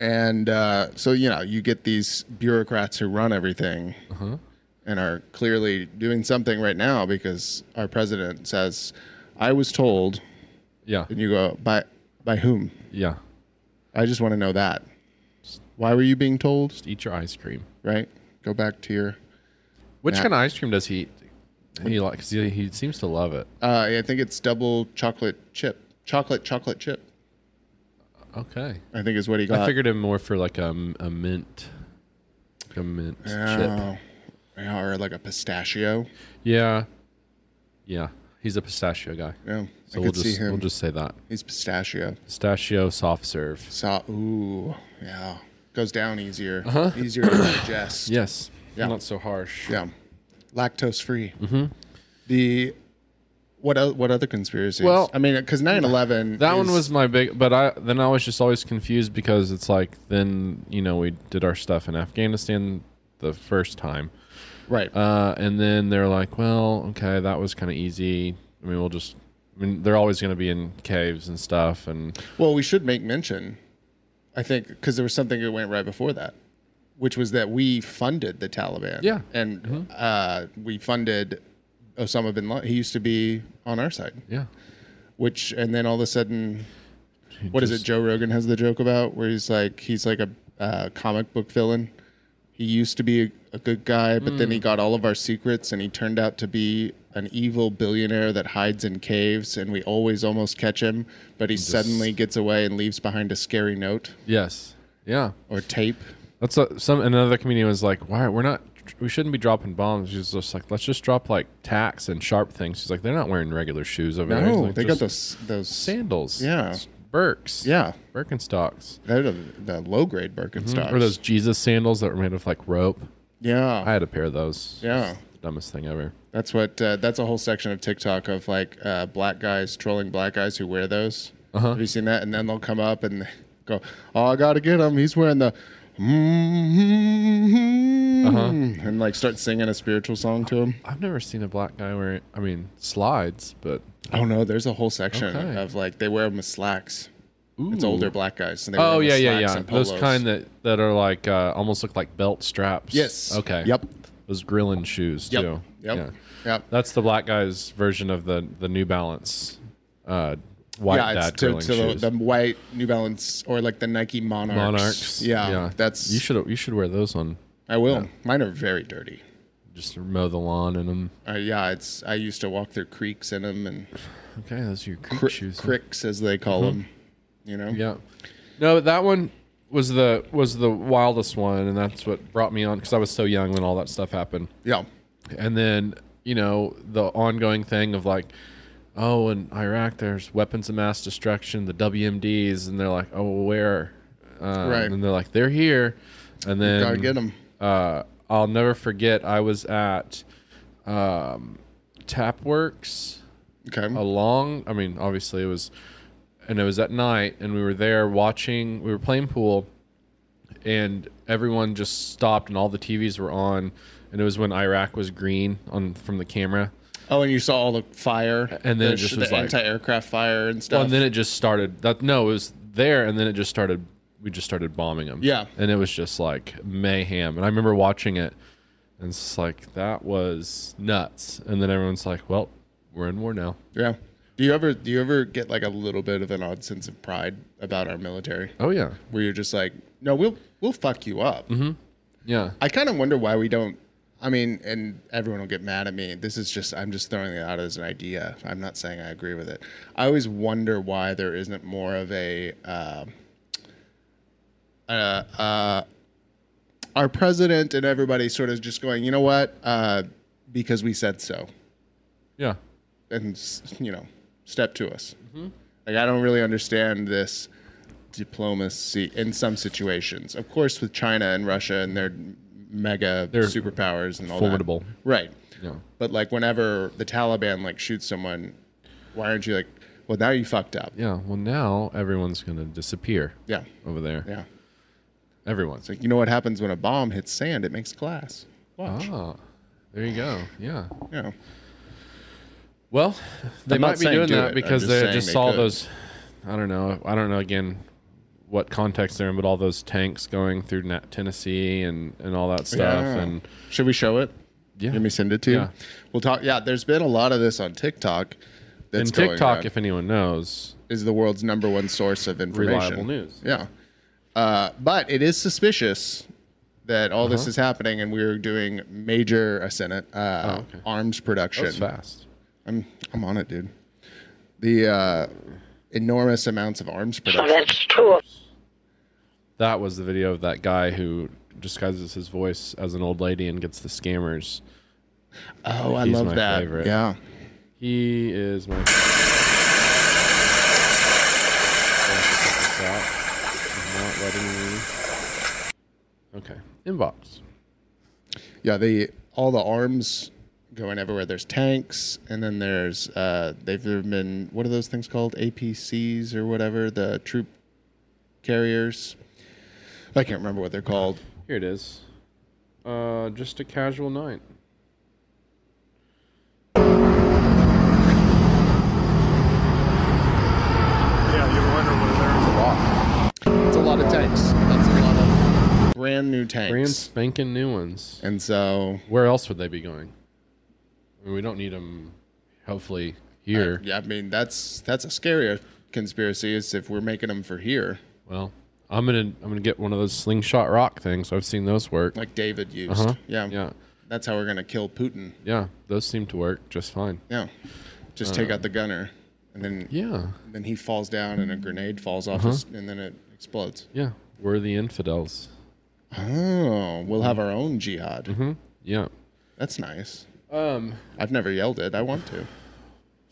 Speaker 2: And uh, so, you know, you get these bureaucrats who run everything
Speaker 1: Uh-huh.
Speaker 2: and are clearly doing something right now because our president says, I was told,
Speaker 1: yeah.
Speaker 2: and you go, by, by whom?
Speaker 1: Yeah.
Speaker 2: I just want to know that. Why were you being told?
Speaker 1: Eat your ice cream.
Speaker 2: Right? Go back to your.
Speaker 1: Which
Speaker 2: Yeah.
Speaker 1: kind of ice cream does he eat? He likes. He, he seems to love it.
Speaker 2: Uh, I think it's double chocolate chip, chocolate chocolate chip.
Speaker 1: Okay.
Speaker 2: I think is what he got.
Speaker 1: I figured him more for like a, m- a mint, like a mint chip.
Speaker 2: Oh. Yeah, or like a pistachio.
Speaker 1: Yeah, yeah. He's a pistachio guy.
Speaker 2: Yeah,
Speaker 1: So
Speaker 2: I
Speaker 1: we'll
Speaker 2: could see
Speaker 1: just
Speaker 2: him.
Speaker 1: we'll just say that
Speaker 2: He's pistachio.
Speaker 1: pistachio soft serve.
Speaker 2: So, ooh, yeah, goes down easier,
Speaker 1: Uh-huh.
Speaker 2: easier to digest.
Speaker 1: Yes.
Speaker 2: Yeah.
Speaker 1: Not so harsh.
Speaker 2: yeah, lactose free.
Speaker 1: Mm-hmm.
Speaker 2: The what? o- What other conspiracies?
Speaker 1: Well-
Speaker 2: I mean, because 9-11
Speaker 1: That one
Speaker 2: is-
Speaker 1: was my big, but I then I was just always confused because it's like then you know we did our stuff in Afghanistan the first time,
Speaker 2: right.
Speaker 1: uh, and then they're like, well, okay, that was kind of easy. I mean, we'll just, I mean, they're always going to be in caves and stuff, and
Speaker 2: Well, we should make mention, I think, because there was something that went right before that, which was that we funded the Taliban.
Speaker 1: Yeah. Mm-hmm.
Speaker 2: And uh, we funded Osama bin Laden. He used to be on our side,
Speaker 1: yeah,
Speaker 2: which, and then all of a sudden, what is it? Joe Rogan has the joke about where he's like, he's like a uh, comic book villain. He used to be a, a good guy, but then he
Speaker 1: Hmm.
Speaker 2: got all of our secrets and he turned out to be an evil billionaire that hides in caves and we always almost catch him, but he suddenly gets away and leaves behind a scary note
Speaker 1: Yes, yeah.
Speaker 2: or tape.
Speaker 1: That's a, some another comedian was like, "Why we're not? We shouldn't be dropping bombs." She's just like, "Let's just drop like tacks and sharp things." She's like, "They're not wearing regular shoes over there." He's
Speaker 2: No,
Speaker 1: like,
Speaker 2: Oh, they got
Speaker 1: "Just
Speaker 2: those those
Speaker 1: sandals,
Speaker 2: Yeah.
Speaker 1: s- Birks,
Speaker 2: yeah,
Speaker 1: Birkenstocks,
Speaker 2: they're the, the low grade Birkenstocks.
Speaker 1: Mm-hmm. or those Jesus sandals that were made of like rope."
Speaker 2: yeah,
Speaker 1: I had a pair of those.
Speaker 2: yeah.
Speaker 1: dumbest thing ever.
Speaker 2: That's what. Uh, that's a whole section of TikTok of like uh, black guys trolling black guys who wear those.
Speaker 1: Uh-huh.
Speaker 2: Have you seen that? And then they'll come up and go, "Oh, I gotta get him. He's wearing the." mm
Speaker 1: Uh-huh.
Speaker 2: And like start singing a spiritual song to him.
Speaker 1: I've never seen a black guy wearing. I mean, slides, but
Speaker 2: Oh no, there's a whole section
Speaker 1: Okay.
Speaker 2: of like they wear them as slacks. It's
Speaker 1: Ooh.
Speaker 2: older black guys. And they wear
Speaker 1: Oh
Speaker 2: 'em as
Speaker 1: yeah, yeah,
Speaker 2: slacks
Speaker 1: yeah.
Speaker 2: and
Speaker 1: Those
Speaker 2: polos.
Speaker 1: kind that that are like uh, almost look like belt straps.
Speaker 2: Yes.
Speaker 1: Okay.
Speaker 2: Yep.
Speaker 1: Those grilling shoes
Speaker 2: Yep.
Speaker 1: too.
Speaker 2: Yep.
Speaker 1: Yeah.
Speaker 2: Yep.
Speaker 1: That's the black guy's version of the the New Balance uh, white
Speaker 2: yeah,
Speaker 1: dad
Speaker 2: it's to,
Speaker 1: grilling
Speaker 2: to the,
Speaker 1: shoes.
Speaker 2: the white New Balance or like the Nike Monarchs.
Speaker 1: Monarchs.
Speaker 2: Yeah, that's
Speaker 1: you should you should wear those on.
Speaker 2: I will. Mine are very dirty.
Speaker 1: Just mow the lawn in them.
Speaker 2: Uh, yeah, it's I used to walk through creeks in them and
Speaker 1: Okay, those are your creek
Speaker 2: cri-
Speaker 1: shoes.
Speaker 2: cricks as they call them. You know.
Speaker 1: Mm-hmm. Yeah. No, that one was the was the wildest one, and that's what brought me on because I was so young when all that stuff happened.
Speaker 2: Yeah.
Speaker 1: and then you know the ongoing thing of like oh in iraq there's weapons of mass destruction the wmds and they're like oh where uh,
Speaker 2: Right.
Speaker 1: and they're like they're here and then
Speaker 2: Gotta get them.
Speaker 1: uh, i'll never forget i was at um, tapworks
Speaker 2: Okay.
Speaker 1: a long i mean obviously it was and it was at night and we were there watching we were playing pool and everyone just stopped and all the tvs were on and it was when iraq was green on from the camera
Speaker 2: oh, and you saw all the fire
Speaker 1: And then
Speaker 2: the,
Speaker 1: it just
Speaker 2: the
Speaker 1: was like-
Speaker 2: anti-aircraft fire and stuff.
Speaker 1: well, and then it just started that no it was there and then it just started we just started bombing them
Speaker 2: Yeah.
Speaker 1: and it was just like mayhem and i remember watching it and it's just like that was nuts and then everyone's like well we're in war now
Speaker 2: yeah. Do you ever do you ever get like a little bit of an odd sense of pride about our military,
Speaker 1: oh yeah
Speaker 2: where you're just like, no, we'll we'll fuck you up.
Speaker 1: yeah
Speaker 2: I kind of wonder why we don't. I mean, and everyone will get mad at me. This is just, I'm just throwing it out as an idea. I'm not saying I agree with it. I always wonder why there isn't more of a. Uh, uh, uh, our president and everybody sort of just going, you know what? Uh, because we said so.
Speaker 1: yeah
Speaker 2: And, s- you know, step to us. Like, I don't really understand this diplomacy in some situations. Of course, with China and Russia and their mega superpowers and all that.
Speaker 1: formidable.
Speaker 2: Right.
Speaker 1: yeah
Speaker 2: But like whenever the Taliban like shoots someone, why aren't you like, well now you fucked up.
Speaker 1: Yeah. Well, now everyone's going to disappear
Speaker 2: Yeah.
Speaker 1: over there.
Speaker 2: Yeah.
Speaker 1: Everyone.
Speaker 2: It's like you know what happens when a bomb hits sand, it makes glass. Watch.
Speaker 1: Ah, there you go. Yeah.
Speaker 2: Yeah.
Speaker 1: Well, they
Speaker 2: I'm not
Speaker 1: might be
Speaker 2: saying
Speaker 1: doing
Speaker 2: do it.
Speaker 1: that
Speaker 2: I'm
Speaker 1: because
Speaker 2: just
Speaker 1: they
Speaker 2: saying
Speaker 1: just
Speaker 2: they
Speaker 1: saw
Speaker 2: could.
Speaker 1: those. I don't know. I don't know again what context they're in, but all those tanks going through Na- Tennessee and, and all that stuff.
Speaker 2: Yeah.
Speaker 1: And
Speaker 2: should we show it?
Speaker 1: Yeah.
Speaker 2: Let me send it to you.
Speaker 1: Yeah.
Speaker 2: We'll talk yeah, there's been a lot of this on TikTok. That's
Speaker 1: and
Speaker 2: going
Speaker 1: TikTok,
Speaker 2: around.
Speaker 1: if anyone knows,
Speaker 2: is the world's number one source of information.
Speaker 1: Reliable news.
Speaker 2: Yeah. Uh, but it is suspicious that all
Speaker 1: Uh-huh.
Speaker 2: this is happening, and we were doing major uh, Senate uh,
Speaker 1: Oh, okay.
Speaker 2: arms production.
Speaker 1: That's fast.
Speaker 2: I'm I'm on it, dude. The uh, enormous amounts of arms production.
Speaker 5: That's true.
Speaker 1: That was the video of that guy who disguises his voice as an old lady and gets the scammers.
Speaker 2: Oh, I
Speaker 1: He's
Speaker 2: love
Speaker 1: my
Speaker 2: that.
Speaker 1: favorite.
Speaker 2: Yeah.
Speaker 1: He is my. Not letting me. Okay, inbox.
Speaker 2: Yeah, the all the arms going everywhere. There's tanks, and then there's uh, they've there have been what are those things called? APCs or whatever the troop carriers. I can't remember what they're called.
Speaker 1: Here it is. Uh, just a casual night.
Speaker 6: Yeah, you ever wonder what there is a lot?
Speaker 2: It's a lot of tanks. That's a lot of brand new tanks.
Speaker 1: Brand spanking new ones.
Speaker 2: and so
Speaker 1: Where else would they be going? I mean, we don't need them. Hopefully here.
Speaker 2: yeah, I mean that's that's a scarier conspiracy is if we're making them for here,
Speaker 1: Well, I'm gonna I'm gonna get one of those slingshot rock things. I've seen those work.
Speaker 2: like David used.
Speaker 1: Uh-huh.
Speaker 2: Yeah,
Speaker 1: yeah,
Speaker 2: That's how we're gonna kill Putin.
Speaker 1: yeah. Those seem to work just fine.
Speaker 2: Yeah, just
Speaker 1: Uh,
Speaker 2: take out the gunner, and then
Speaker 1: Yeah,
Speaker 2: then he falls down
Speaker 1: Mm-hmm.
Speaker 2: and a grenade falls off his,
Speaker 1: Uh-huh.
Speaker 2: and then it explodes.
Speaker 1: yeah. We're the infidels.
Speaker 2: Oh, we'll have our own jihad.
Speaker 1: Yeah.
Speaker 2: That's nice.
Speaker 1: Mm-hmm. Um,
Speaker 2: I've never yelled it. I want to.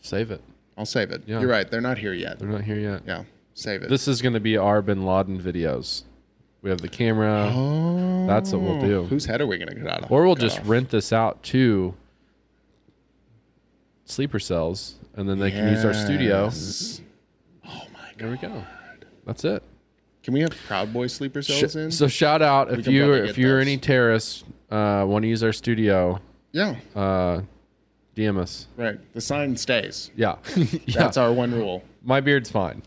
Speaker 1: save it.
Speaker 2: I'll save it.
Speaker 1: Yeah.
Speaker 2: You're right. They're not here yet.
Speaker 1: They're not here yet.
Speaker 2: Yeah, save it.
Speaker 1: This is gonna be our Bin Laden videos. We have the camera.
Speaker 2: oh,
Speaker 1: That's what we'll do.
Speaker 2: Whose head are we gonna get out of?
Speaker 1: or we'll
Speaker 2: cut
Speaker 1: just
Speaker 2: off?
Speaker 1: rent this out to sleeper cells and then they can use our studio
Speaker 2: Yes. Oh my
Speaker 1: there
Speaker 2: god.
Speaker 1: we go that's it
Speaker 2: Can we have Proud Boy sleeper
Speaker 1: Sh-
Speaker 2: cells in?
Speaker 1: so shout out if
Speaker 2: can
Speaker 1: you
Speaker 2: probably
Speaker 1: if
Speaker 2: get
Speaker 1: you're
Speaker 2: those.
Speaker 1: any terrorists uh, want to use our studio
Speaker 2: yeah.
Speaker 1: uh, dm us
Speaker 2: right. The sign stays.
Speaker 1: yeah, yeah.
Speaker 2: That's our one rule.
Speaker 1: my beard's fine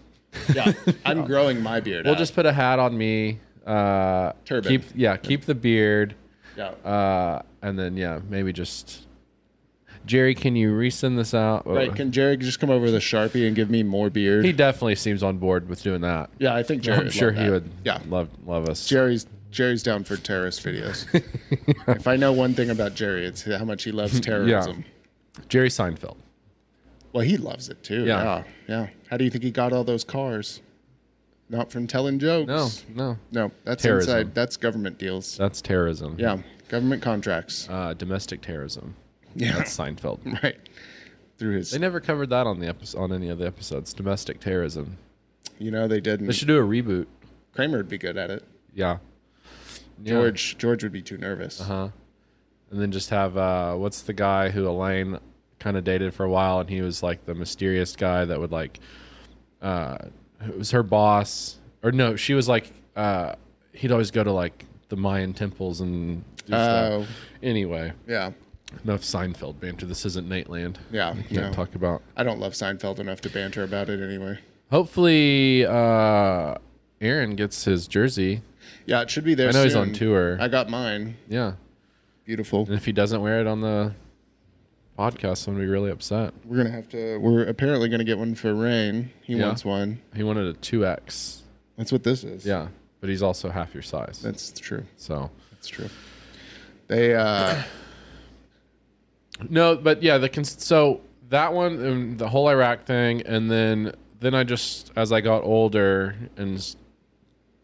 Speaker 2: Yeah. I'm growing my beard.
Speaker 1: we'll
Speaker 2: out.
Speaker 1: just put a hat on me uh,
Speaker 2: Turban.
Speaker 1: keep yeah keep the beard
Speaker 2: yeah.
Speaker 1: uh, and then yeah maybe just jerry can you resend this out
Speaker 2: right. Can Jerry just come over with a sharpie and give me more beard?
Speaker 1: he definitely seems on board with doing that
Speaker 2: yeah, I think Jerry.
Speaker 1: I'm
Speaker 2: would
Speaker 1: sure
Speaker 2: love
Speaker 1: he
Speaker 2: that.
Speaker 1: would
Speaker 2: Yeah.
Speaker 1: love love us.
Speaker 2: Jerry's Jerry's down for terrorist videos. if I know one thing about Jerry, it's how much he loves terrorism.
Speaker 1: Jerry Seinfeld.
Speaker 2: Well, he loves it too.
Speaker 1: Yeah.
Speaker 2: Yeah. yeah. How do you think he got all those cars? Not from telling jokes.
Speaker 1: No, no.
Speaker 2: No, that's
Speaker 1: Terrorism.
Speaker 2: inside. That's government deals.
Speaker 1: That's terrorism.
Speaker 2: yeah, government contracts.
Speaker 1: Uh, domestic terrorism.
Speaker 2: yeah,
Speaker 1: That's Seinfeld.
Speaker 2: right. Through his,
Speaker 1: They never covered that on the episode on any of the episodes. Domestic terrorism.
Speaker 2: you know, they didn't.
Speaker 1: They should do a reboot.
Speaker 2: Kramer would be good at it.
Speaker 1: Yeah. Yeah. Uh-huh.
Speaker 2: George George would be too nervous.
Speaker 1: And then just have uh, what's the guy who Elaine kind of dated for a while, and he was like the mysterious guy that would like, uh, it was her boss, or no, she was like, uh, he'd always go to like the Mayan temples and. do stuff.
Speaker 2: Oh.
Speaker 1: Anyway,
Speaker 2: Yeah,
Speaker 1: enough Seinfeld banter. This isn't Nate Land.
Speaker 2: yeah.
Speaker 1: We can't
Speaker 2: No.
Speaker 1: talk about.
Speaker 2: I don't love Seinfeld enough to banter about it anyway.
Speaker 1: Hopefully, uh, Aaron gets his jersey.
Speaker 2: Yeah, it should be there.
Speaker 1: I know he's
Speaker 2: soon.
Speaker 1: on tour.
Speaker 2: I got mine.
Speaker 1: Yeah,
Speaker 2: Beautiful.
Speaker 1: and if he doesn't wear it on the podcast, I'm gonna be really upset.
Speaker 2: We're gonna have to. We're apparently gonna get one for Rain. He
Speaker 1: Yeah.
Speaker 2: wants one.
Speaker 1: He wanted a two X.
Speaker 2: That's what this is.
Speaker 1: Yeah, but he's also half your size.
Speaker 2: that's true.
Speaker 1: so
Speaker 2: That's true. They. uh
Speaker 1: no, but yeah, the cons- so that one, and the whole Iraq thing, and then then I just as I got older and s-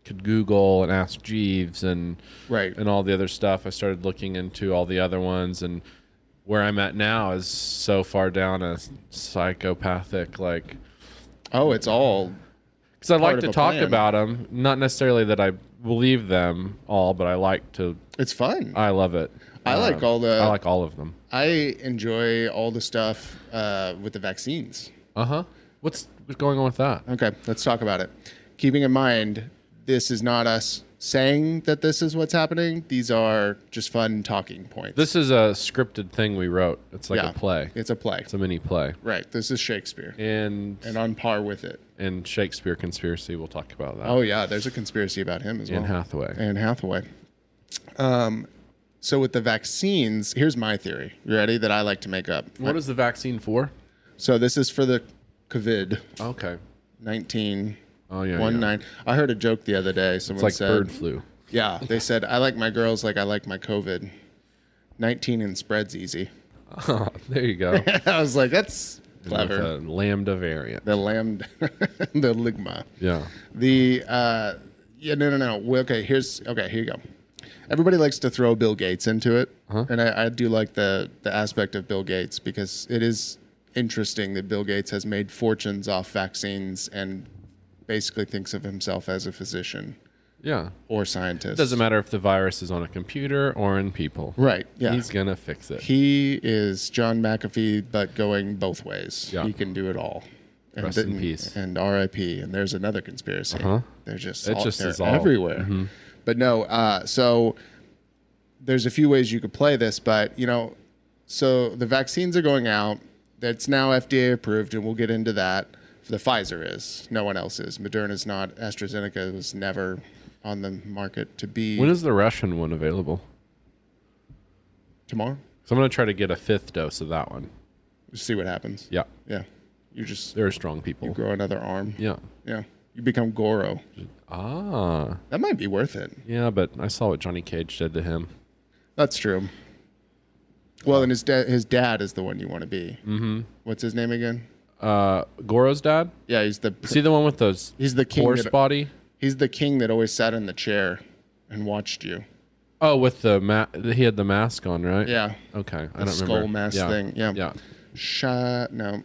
Speaker 1: could Google and ask Jeeves and
Speaker 2: Right.
Speaker 1: and all the other stuff, I started looking into all the other ones and where I'm at now is so far down a psychopathic like
Speaker 2: Oh, it's all.
Speaker 1: because I like
Speaker 2: of
Speaker 1: to
Speaker 2: a
Speaker 1: talk
Speaker 2: plan.
Speaker 1: about 'em. about them, not necessarily that I believe them all, but I like to
Speaker 2: It's fun.
Speaker 1: I love it. Um,
Speaker 2: I like all the-
Speaker 1: I like all of them.
Speaker 2: I enjoy all the stuff uh, with the vaccines.
Speaker 1: Uh huh. What's what's going on with that?
Speaker 2: Okay, let's talk about it. Keeping in mind, this is not us saying that this is what's happening. These are just fun talking points.
Speaker 1: This is a scripted thing we wrote. It's like a play. It's,
Speaker 2: It's a play.
Speaker 1: a mini play.
Speaker 2: right. This is Shakespeare,
Speaker 1: And
Speaker 2: and on par with it.
Speaker 1: and Shakespeare conspiracy. We'll talk about that.
Speaker 2: Oh yeah, there's a conspiracy about him as
Speaker 1: Anne
Speaker 2: well.
Speaker 1: Hathaway.
Speaker 2: Anne Hathaway. Um, so with the vaccines, here's my theory. You ready? That I like to make up.
Speaker 1: what is the vaccine for?
Speaker 2: so this is for the COVID
Speaker 1: Okay.
Speaker 2: nineteen.
Speaker 1: Oh yeah.
Speaker 2: one
Speaker 1: yeah.
Speaker 2: nine. I heard a joke the other day. Someone
Speaker 1: It's like
Speaker 2: said,
Speaker 1: bird flu.
Speaker 2: Yeah, they said I like my girls like I like my COVID. Nineteen and spreads easy.
Speaker 1: There you go.
Speaker 2: I was like, that's clever.
Speaker 1: With a lambda variant.
Speaker 2: The lambda, the ligma.
Speaker 1: Yeah.
Speaker 2: The uh, yeah, no, no, no. Well, okay, here's okay. Here you go. Everybody likes to throw Bill Gates into it,
Speaker 1: Uh-huh.
Speaker 2: and I, I do like the the aspect of Bill Gates because it is interesting that Bill Gates has made fortunes off vaccines and basically thinks of himself as a physician
Speaker 1: Yeah.
Speaker 2: or scientist.
Speaker 1: It doesn't matter if the virus is on a computer or in people.
Speaker 2: Right? Yeah.
Speaker 1: He's gonna fix it.
Speaker 2: he is John McAfee, but going both ways.
Speaker 1: Yeah.
Speaker 2: He can do it all. And
Speaker 1: Rest in
Speaker 2: didn't-
Speaker 1: peace. Uh-huh.
Speaker 2: And R.I.P. And there's another conspiracy. They're just,
Speaker 1: It
Speaker 2: all,
Speaker 1: just
Speaker 2: they're
Speaker 1: is all- Mm-hmm.
Speaker 2: everywhere. But no, uh, so there's a few ways you could play this, but you know, so the vaccines are going out. That's now FDA approved, and we'll get into that. The Pfizer is. No one else is. Moderna's not. AstraZeneca was never on the market to be
Speaker 1: when is the Russian one available?
Speaker 2: tomorrow.
Speaker 1: So I'm gonna try to get a fifth dose of that one.
Speaker 2: Just see what happens.
Speaker 1: Yeah.
Speaker 2: Yeah. You just
Speaker 1: They're strong people.
Speaker 2: grow another arm.
Speaker 1: Yeah.
Speaker 2: Yeah. You become Goro.
Speaker 1: Ah.
Speaker 2: That might be worth it.
Speaker 1: Yeah, but I saw what Johnny Cage did to him.
Speaker 2: That's true. Well, and his da- his dad is the one you want to be. Mm-hmm. What's his name again?
Speaker 1: Uh, Goro's dad.
Speaker 2: Yeah, he's the
Speaker 1: See the one with those
Speaker 2: he's the king.
Speaker 1: horse
Speaker 2: That,
Speaker 1: body.
Speaker 2: he's the king that always sat in the chair and watched you.
Speaker 1: Oh, with the ma- he had the mask on, right?
Speaker 2: Yeah.
Speaker 1: Okay, I
Speaker 2: The
Speaker 1: don't
Speaker 2: skull
Speaker 1: remember.
Speaker 2: mask thing, yeah.
Speaker 1: Yeah.
Speaker 2: Sha no.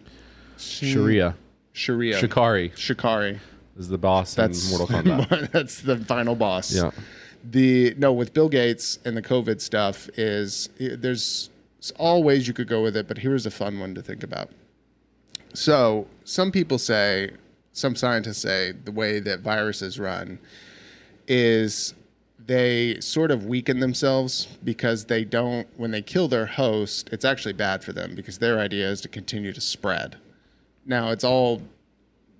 Speaker 1: Sharia.
Speaker 2: Sharia.
Speaker 1: Shikari
Speaker 2: Shikari.
Speaker 1: is the boss
Speaker 2: That's
Speaker 1: in Mortal Kombat.
Speaker 2: that's the final boss.
Speaker 1: yeah.
Speaker 2: the no with Bill Gates and the COVID stuff is there's all ways you could go with it, but here's a fun one to think about. So some people say, some scientists say, the way that viruses run is they sort of weaken themselves because they don't when they kill their host it's actually bad for them because their idea is to continue to spread now it's all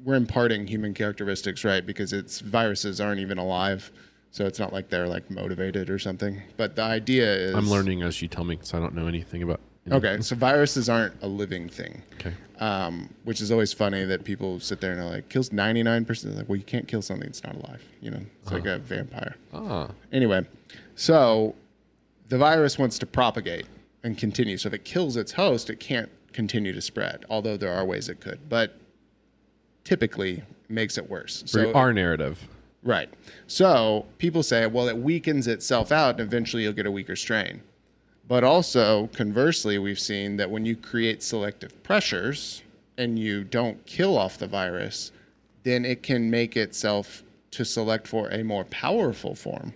Speaker 2: we're imparting human characteristics, right? Because it's viruses aren't even alive, so it's not like they're like motivated or something. But the idea is
Speaker 1: I'm learning as you tell me because I don't know anything about.
Speaker 2: Okay, so viruses aren't a living thing,
Speaker 1: Okay.
Speaker 2: um, which is always funny that people sit there and are like, kills 99%. Like, well, you can't kill something that's not alive. You know, it's like a vampire.
Speaker 1: Ah.
Speaker 2: Anyway, so the virus wants to propagate and continue. So if it kills its host, it can't continue to spread, although there are ways it could. But typically, it makes it worse.
Speaker 1: For
Speaker 2: So
Speaker 1: our narrative.
Speaker 2: Right. So people say, well, it weakens itself out and eventually you'll get a weaker strain. But also, conversely, we've seen that when you create selective pressures and you don't kill off the virus, then it can make itself to select for a more powerful form.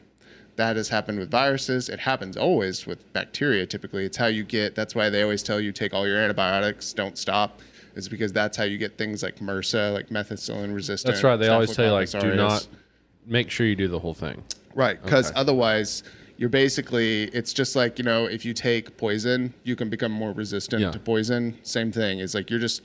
Speaker 2: That has happened with viruses. It happens always with bacteria, typically. It's how you get, that's why they always tell you take all your antibiotics, don't stop. It's because that's how you get things like MRSA, like methicillin resistant.
Speaker 1: That's right. They always tell you like, do
Speaker 2: Staphylococcus
Speaker 1: not
Speaker 2: aureus.
Speaker 1: make sure you do the whole thing.
Speaker 2: Right, because otherwise, you're basically it's just like you know if you take poison, you can become more resistant
Speaker 1: Yeah.
Speaker 2: to poison. Same thing. It's like you're just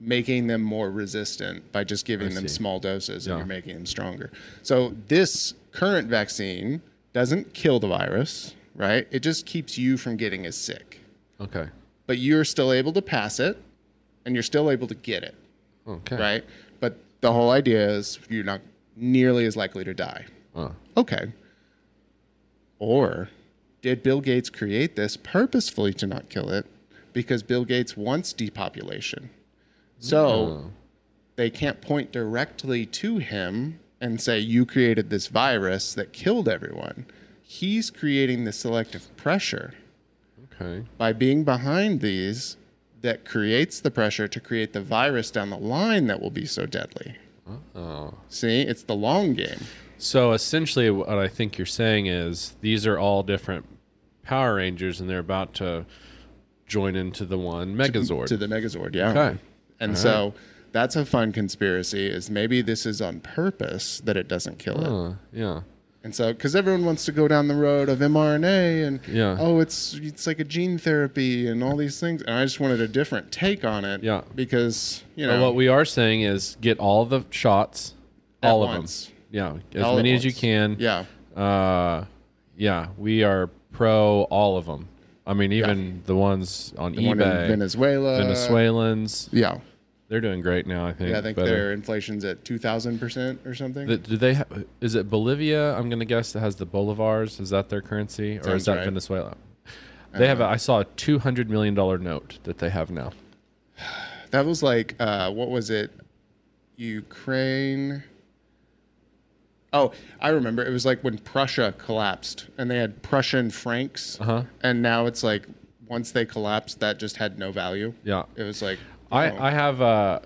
Speaker 2: making them more resistant by just giving them
Speaker 1: see.
Speaker 2: small doses,
Speaker 1: Yeah.
Speaker 2: and you're making them stronger. So this current vaccine doesn't kill the virus, right? It just keeps you from getting as sick,
Speaker 1: Okay.
Speaker 2: but you're still able to pass it, and you're still able to get it
Speaker 1: Okay.
Speaker 2: right? But the whole idea is you're not nearly as likely to die.
Speaker 1: Oh.
Speaker 2: Okay. Or did Bill Gates create this purposefully to not kill it because Bill Gates wants depopulation? So
Speaker 1: Hmm.
Speaker 2: they can't point directly to him and say, You created this virus that killed everyone. He's creating the selective pressure
Speaker 1: Okay.
Speaker 2: by being behind these that creates the pressure to create the virus down the line that will be so deadly. See, it's the long game.
Speaker 1: So essentially, what I think you're saying is these are all different Power Rangers, and they're about to join into the one Megazord.
Speaker 2: To the Megazord, yeah.
Speaker 1: okay.
Speaker 2: And
Speaker 1: Uh-huh.
Speaker 2: so that's a fun conspiracy is maybe this is on purpose that it doesn't kill it.
Speaker 1: Uh, yeah.
Speaker 2: And so, because everyone wants to go down the road of mRNA and
Speaker 1: Yeah.
Speaker 2: oh, it's it's like a gene therapy and all these things, and I just wanted a different take on it.
Speaker 1: Yeah.
Speaker 2: because you
Speaker 1: But
Speaker 2: know
Speaker 1: what we are saying is get all the shots,
Speaker 2: At
Speaker 1: all of
Speaker 2: once.
Speaker 1: them. Yeah, as
Speaker 2: all at
Speaker 1: many as you
Speaker 2: once.
Speaker 1: can.
Speaker 2: Yeah,
Speaker 1: Uh, yeah, we are pro all of them. I mean, even the ones on
Speaker 2: the
Speaker 1: eBay,
Speaker 2: one in Venezuela,
Speaker 1: Venezuelans.
Speaker 2: Yeah.
Speaker 1: They're doing great now, I think.
Speaker 2: Yeah, I think
Speaker 1: better.
Speaker 2: their inflation's at two thousand percent or something.
Speaker 1: Th- Do they? Ha- is it Bolivia? I'm gonna guess that has the bolivars. Is that their currency, or is
Speaker 2: Sounds
Speaker 1: that
Speaker 2: right.
Speaker 1: Venezuela? They have. A, I saw a two hundred million dollar note that they have now.
Speaker 2: That was like uh, what was it? Ukraine. Oh, I remember. It was like when Prussia collapsed, and they had Prussian francs,
Speaker 1: Uh-huh.
Speaker 2: and now it's like once they collapsed, that just had no value.
Speaker 1: Yeah.
Speaker 2: It was like oh.
Speaker 1: I I have a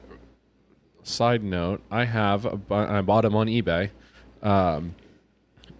Speaker 1: side note. I have. A, bu- I bought them on eBay. Um,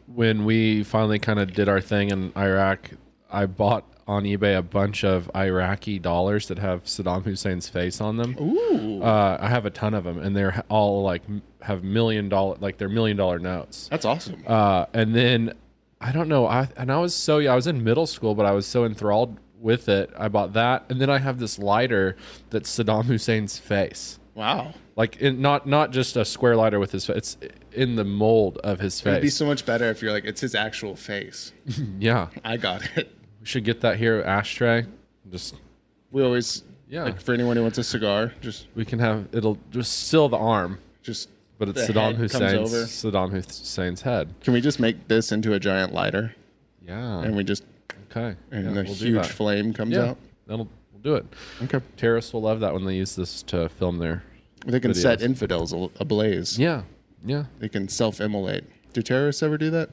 Speaker 1: when we finally kind of did our thing in Iraq, I bought on eBay a bunch of Iraqi dollars that have Saddam Hussein's face on them.
Speaker 2: Ooh,
Speaker 1: Uh, I have a ton of them, and they're all like m- have million dollar like they're million dollar notes.
Speaker 2: that's awesome.
Speaker 1: Uh, and then I don't know. I and I was so yeah, I was in middle school, but I was so enthralled with it. I bought that, and then I have this lighter that's Saddam Hussein's face,
Speaker 2: wow,
Speaker 1: like in, not not just a square lighter with his face. It's in the mold of his
Speaker 2: it'd be
Speaker 1: face.
Speaker 2: so much better if you're like it's his actual face.
Speaker 1: yeah,
Speaker 2: I got it.
Speaker 1: we should get that here ashtray. Just
Speaker 2: We always
Speaker 1: Yeah.
Speaker 2: Like for anyone who wants a cigar, just
Speaker 1: we can have it'll just still the arm,
Speaker 2: just.
Speaker 1: but it's
Speaker 2: the
Speaker 1: Saddam
Speaker 2: head comes
Speaker 1: Hussein's
Speaker 2: over.
Speaker 1: Saddam Hussein's head.
Speaker 2: Can we just make this into a giant lighter,
Speaker 1: Yeah.
Speaker 2: and we just
Speaker 1: okay.
Speaker 2: and
Speaker 1: yeah,
Speaker 2: the
Speaker 1: we'll do
Speaker 2: huge
Speaker 1: that.
Speaker 2: flame comes
Speaker 1: Yeah,
Speaker 2: out?
Speaker 1: that'll we'll do it.
Speaker 2: Okay.
Speaker 1: Terrorists will love that when they use this to film their
Speaker 2: They can set
Speaker 1: videos.
Speaker 2: infidels al- ablaze.
Speaker 1: Yeah. Yeah.
Speaker 2: They can self immolate. Do terrorists ever do that?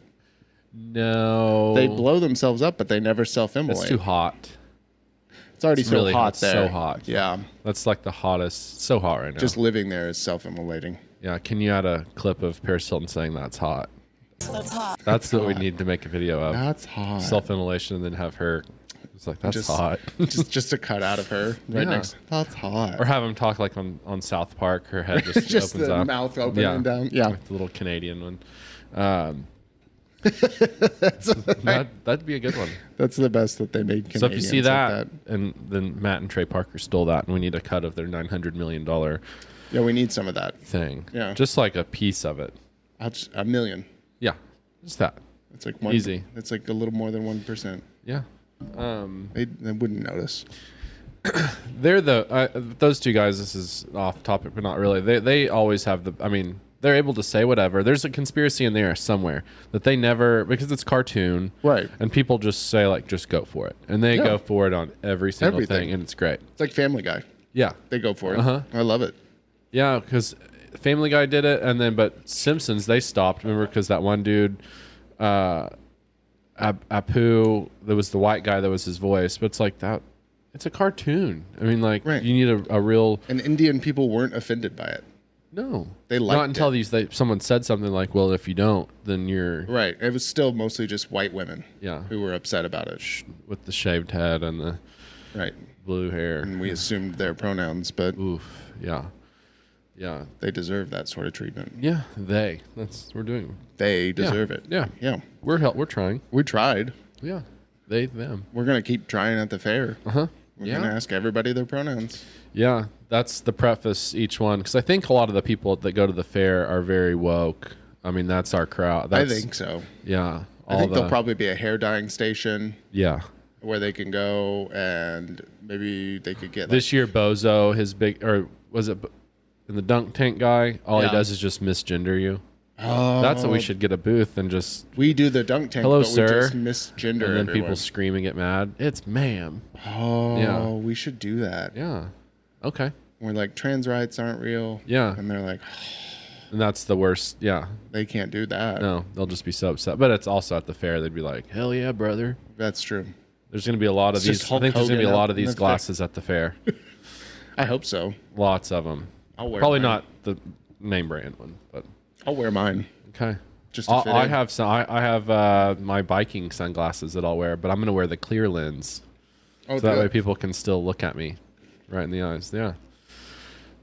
Speaker 1: No.
Speaker 2: They blow themselves up, but they never self immolate.
Speaker 1: It's too hot.
Speaker 2: It's already
Speaker 1: It's
Speaker 2: so
Speaker 1: really
Speaker 2: hot
Speaker 1: hot.
Speaker 2: there.
Speaker 1: So hot.
Speaker 2: Yeah.
Speaker 1: That's like the hottest. it's So hot right now.
Speaker 2: Just living there is self immolating.
Speaker 1: yeah. Can you add a clip of Paris Hilton saying that's hot?
Speaker 5: That's hot.
Speaker 1: That's what we need to make a video of.
Speaker 2: That's hot.
Speaker 1: Self immolation and then have her. It's like that's
Speaker 2: Just-
Speaker 1: hot.
Speaker 2: just just a cut out of her right
Speaker 1: Yeah.
Speaker 2: next. That's hot.
Speaker 1: or have him talk like on, on South Park. Her head just,
Speaker 2: just
Speaker 1: opens
Speaker 2: the
Speaker 1: up.
Speaker 2: mouth open and down. Yeah.
Speaker 1: Like the little Canadian one. Um, that, that'd be a good one.
Speaker 2: That's the best that they made.
Speaker 1: So if you see
Speaker 2: Canadians like
Speaker 1: that, and then Matt and Trey Parker stole that, and we need a cut of their nine hundred million dollar
Speaker 2: Yeah, we need some of that.
Speaker 1: thing,
Speaker 2: Yeah.
Speaker 1: just like a piece of it,
Speaker 2: I'll just- a million.
Speaker 1: yeah, just that,
Speaker 2: It's like one.
Speaker 1: Easy.
Speaker 2: It's like a little more than one percent.
Speaker 1: yeah. Um,
Speaker 2: They, they wouldn't notice.
Speaker 1: They're the uh, those two guys. This is off topic, but not really. They they always have the. I mean, they're able to say whatever. There's a conspiracy in there somewhere that they never because it's cartoon,
Speaker 2: Right.
Speaker 1: And people just say like, just go for it, and they
Speaker 2: Yeah.
Speaker 1: go for it on every single
Speaker 2: Everything.
Speaker 1: thing, and it's great.
Speaker 2: It's like Family Guy.
Speaker 1: Yeah,
Speaker 2: They go for it.
Speaker 1: Uh-huh.
Speaker 2: I love it.
Speaker 1: Yeah, because Family Guy did it, and then but Simpsons they stopped. Remember, because that one dude, uh, Ap- Apu, that was the white guy that was his voice. But it's like that. It's a cartoon. I mean, like
Speaker 2: Right.
Speaker 1: you need a, a real
Speaker 2: And Indian people weren't offended by it.
Speaker 1: no.
Speaker 2: They
Speaker 1: not
Speaker 2: liked
Speaker 1: until
Speaker 2: it.
Speaker 1: these they, someone said something like, "Well, if you don't, then you're
Speaker 2: Right. It was still mostly just white women.
Speaker 1: Yeah.
Speaker 2: Who were upset about it.
Speaker 1: with the shaved head and the
Speaker 2: Right.
Speaker 1: blue hair."
Speaker 2: And we assumed their pronouns, but
Speaker 1: Oof. Yeah. Yeah.
Speaker 2: they deserve that sort of treatment.
Speaker 1: Yeah. They. That's we're doing.
Speaker 2: They
Speaker 1: Yeah.
Speaker 2: deserve it.
Speaker 1: Yeah.
Speaker 2: Yeah.
Speaker 1: We're help. We're trying.
Speaker 2: We tried.
Speaker 1: Yeah. They. Them.
Speaker 2: We're gonna keep trying at the fair.
Speaker 1: Uh huh.
Speaker 2: We're
Speaker 1: yeah.
Speaker 2: gonna ask everybody their pronouns.
Speaker 1: Yeah, that's the preface each one because I think a lot of the people that go to the fair are very woke. I mean, that's our crowd. That's,
Speaker 2: I think so.
Speaker 1: Yeah,
Speaker 2: I
Speaker 1: all
Speaker 2: think
Speaker 1: the-
Speaker 2: there'll probably be a hair dyeing station
Speaker 1: Yeah,
Speaker 2: where they can go and maybe they could get like,
Speaker 1: this year Bozo, his big or was it Bo- in the dunk tank guy? All
Speaker 2: Yeah.
Speaker 1: he does is just misgender you.
Speaker 2: oh,
Speaker 1: That's what we should get a booth and just
Speaker 2: we do the dunk tank,
Speaker 1: Hello,
Speaker 2: but we
Speaker 1: sir.
Speaker 2: just misgender
Speaker 1: and then
Speaker 2: everyone.
Speaker 1: people scream and get mad. It's ma'am.
Speaker 2: oh,
Speaker 1: Yeah.
Speaker 2: we should do that.
Speaker 1: Yeah. Okay.
Speaker 2: We're like trans rights aren't real.
Speaker 1: Yeah.
Speaker 2: and they're like,
Speaker 1: And that's the worst. Yeah.
Speaker 2: they can't do that.
Speaker 1: No, they'll just be so upset. But it's also at the fair. They'd be like, "Hell yeah, brother."
Speaker 2: That's true.
Speaker 1: There's going to be a lot of
Speaker 2: It's just
Speaker 1: these. I
Speaker 2: Hulk
Speaker 1: think there's going to be
Speaker 2: Hogan
Speaker 1: a
Speaker 2: out
Speaker 1: lot of
Speaker 2: in
Speaker 1: these
Speaker 2: the fair.
Speaker 1: glasses at the fair.
Speaker 2: I hope so.
Speaker 1: Lots of them.
Speaker 2: I'll wear
Speaker 1: Probably
Speaker 2: mine.
Speaker 1: not the name brand one, but
Speaker 2: I'll wear mine.
Speaker 1: okay.
Speaker 2: Just to
Speaker 1: I,
Speaker 2: fit
Speaker 1: I
Speaker 2: in.
Speaker 1: have some. I, I have uh, my biking sunglasses that I'll wear, but I'm gonna wear the clear lens
Speaker 2: Oh,
Speaker 1: so that
Speaker 2: do
Speaker 1: way
Speaker 2: it.
Speaker 1: people can still look at me right in the eyes. Yeah,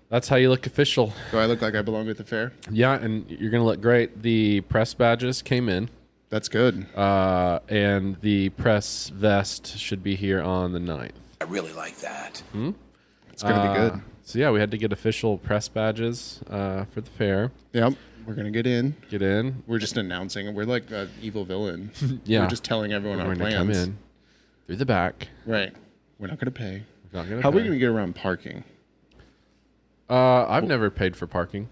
Speaker 1: that's how you look official.
Speaker 2: do I look like I belong at the fair?
Speaker 1: Yeah, and you're gonna look great. The press badges came in,
Speaker 2: That's good.
Speaker 1: uh, and the press vest should be here on the 9th.
Speaker 7: I really like that.
Speaker 2: It's gonna
Speaker 1: Uh,
Speaker 2: be
Speaker 1: So yeah, we had to get official press badges uh, for the fair.
Speaker 2: good. Yep, we're gonna get in.
Speaker 1: Get in.
Speaker 2: We're just announcing. We're like an evil villain.
Speaker 1: Yeah.
Speaker 2: we're just telling everyone
Speaker 1: We're
Speaker 2: our
Speaker 1: going to
Speaker 2: plans.
Speaker 1: come in through the back.
Speaker 2: Right. We're not gonna pay.
Speaker 1: Not gonna
Speaker 2: How are we
Speaker 1: pay.
Speaker 2: gonna get around parking?
Speaker 1: Uh, I've never paid for parking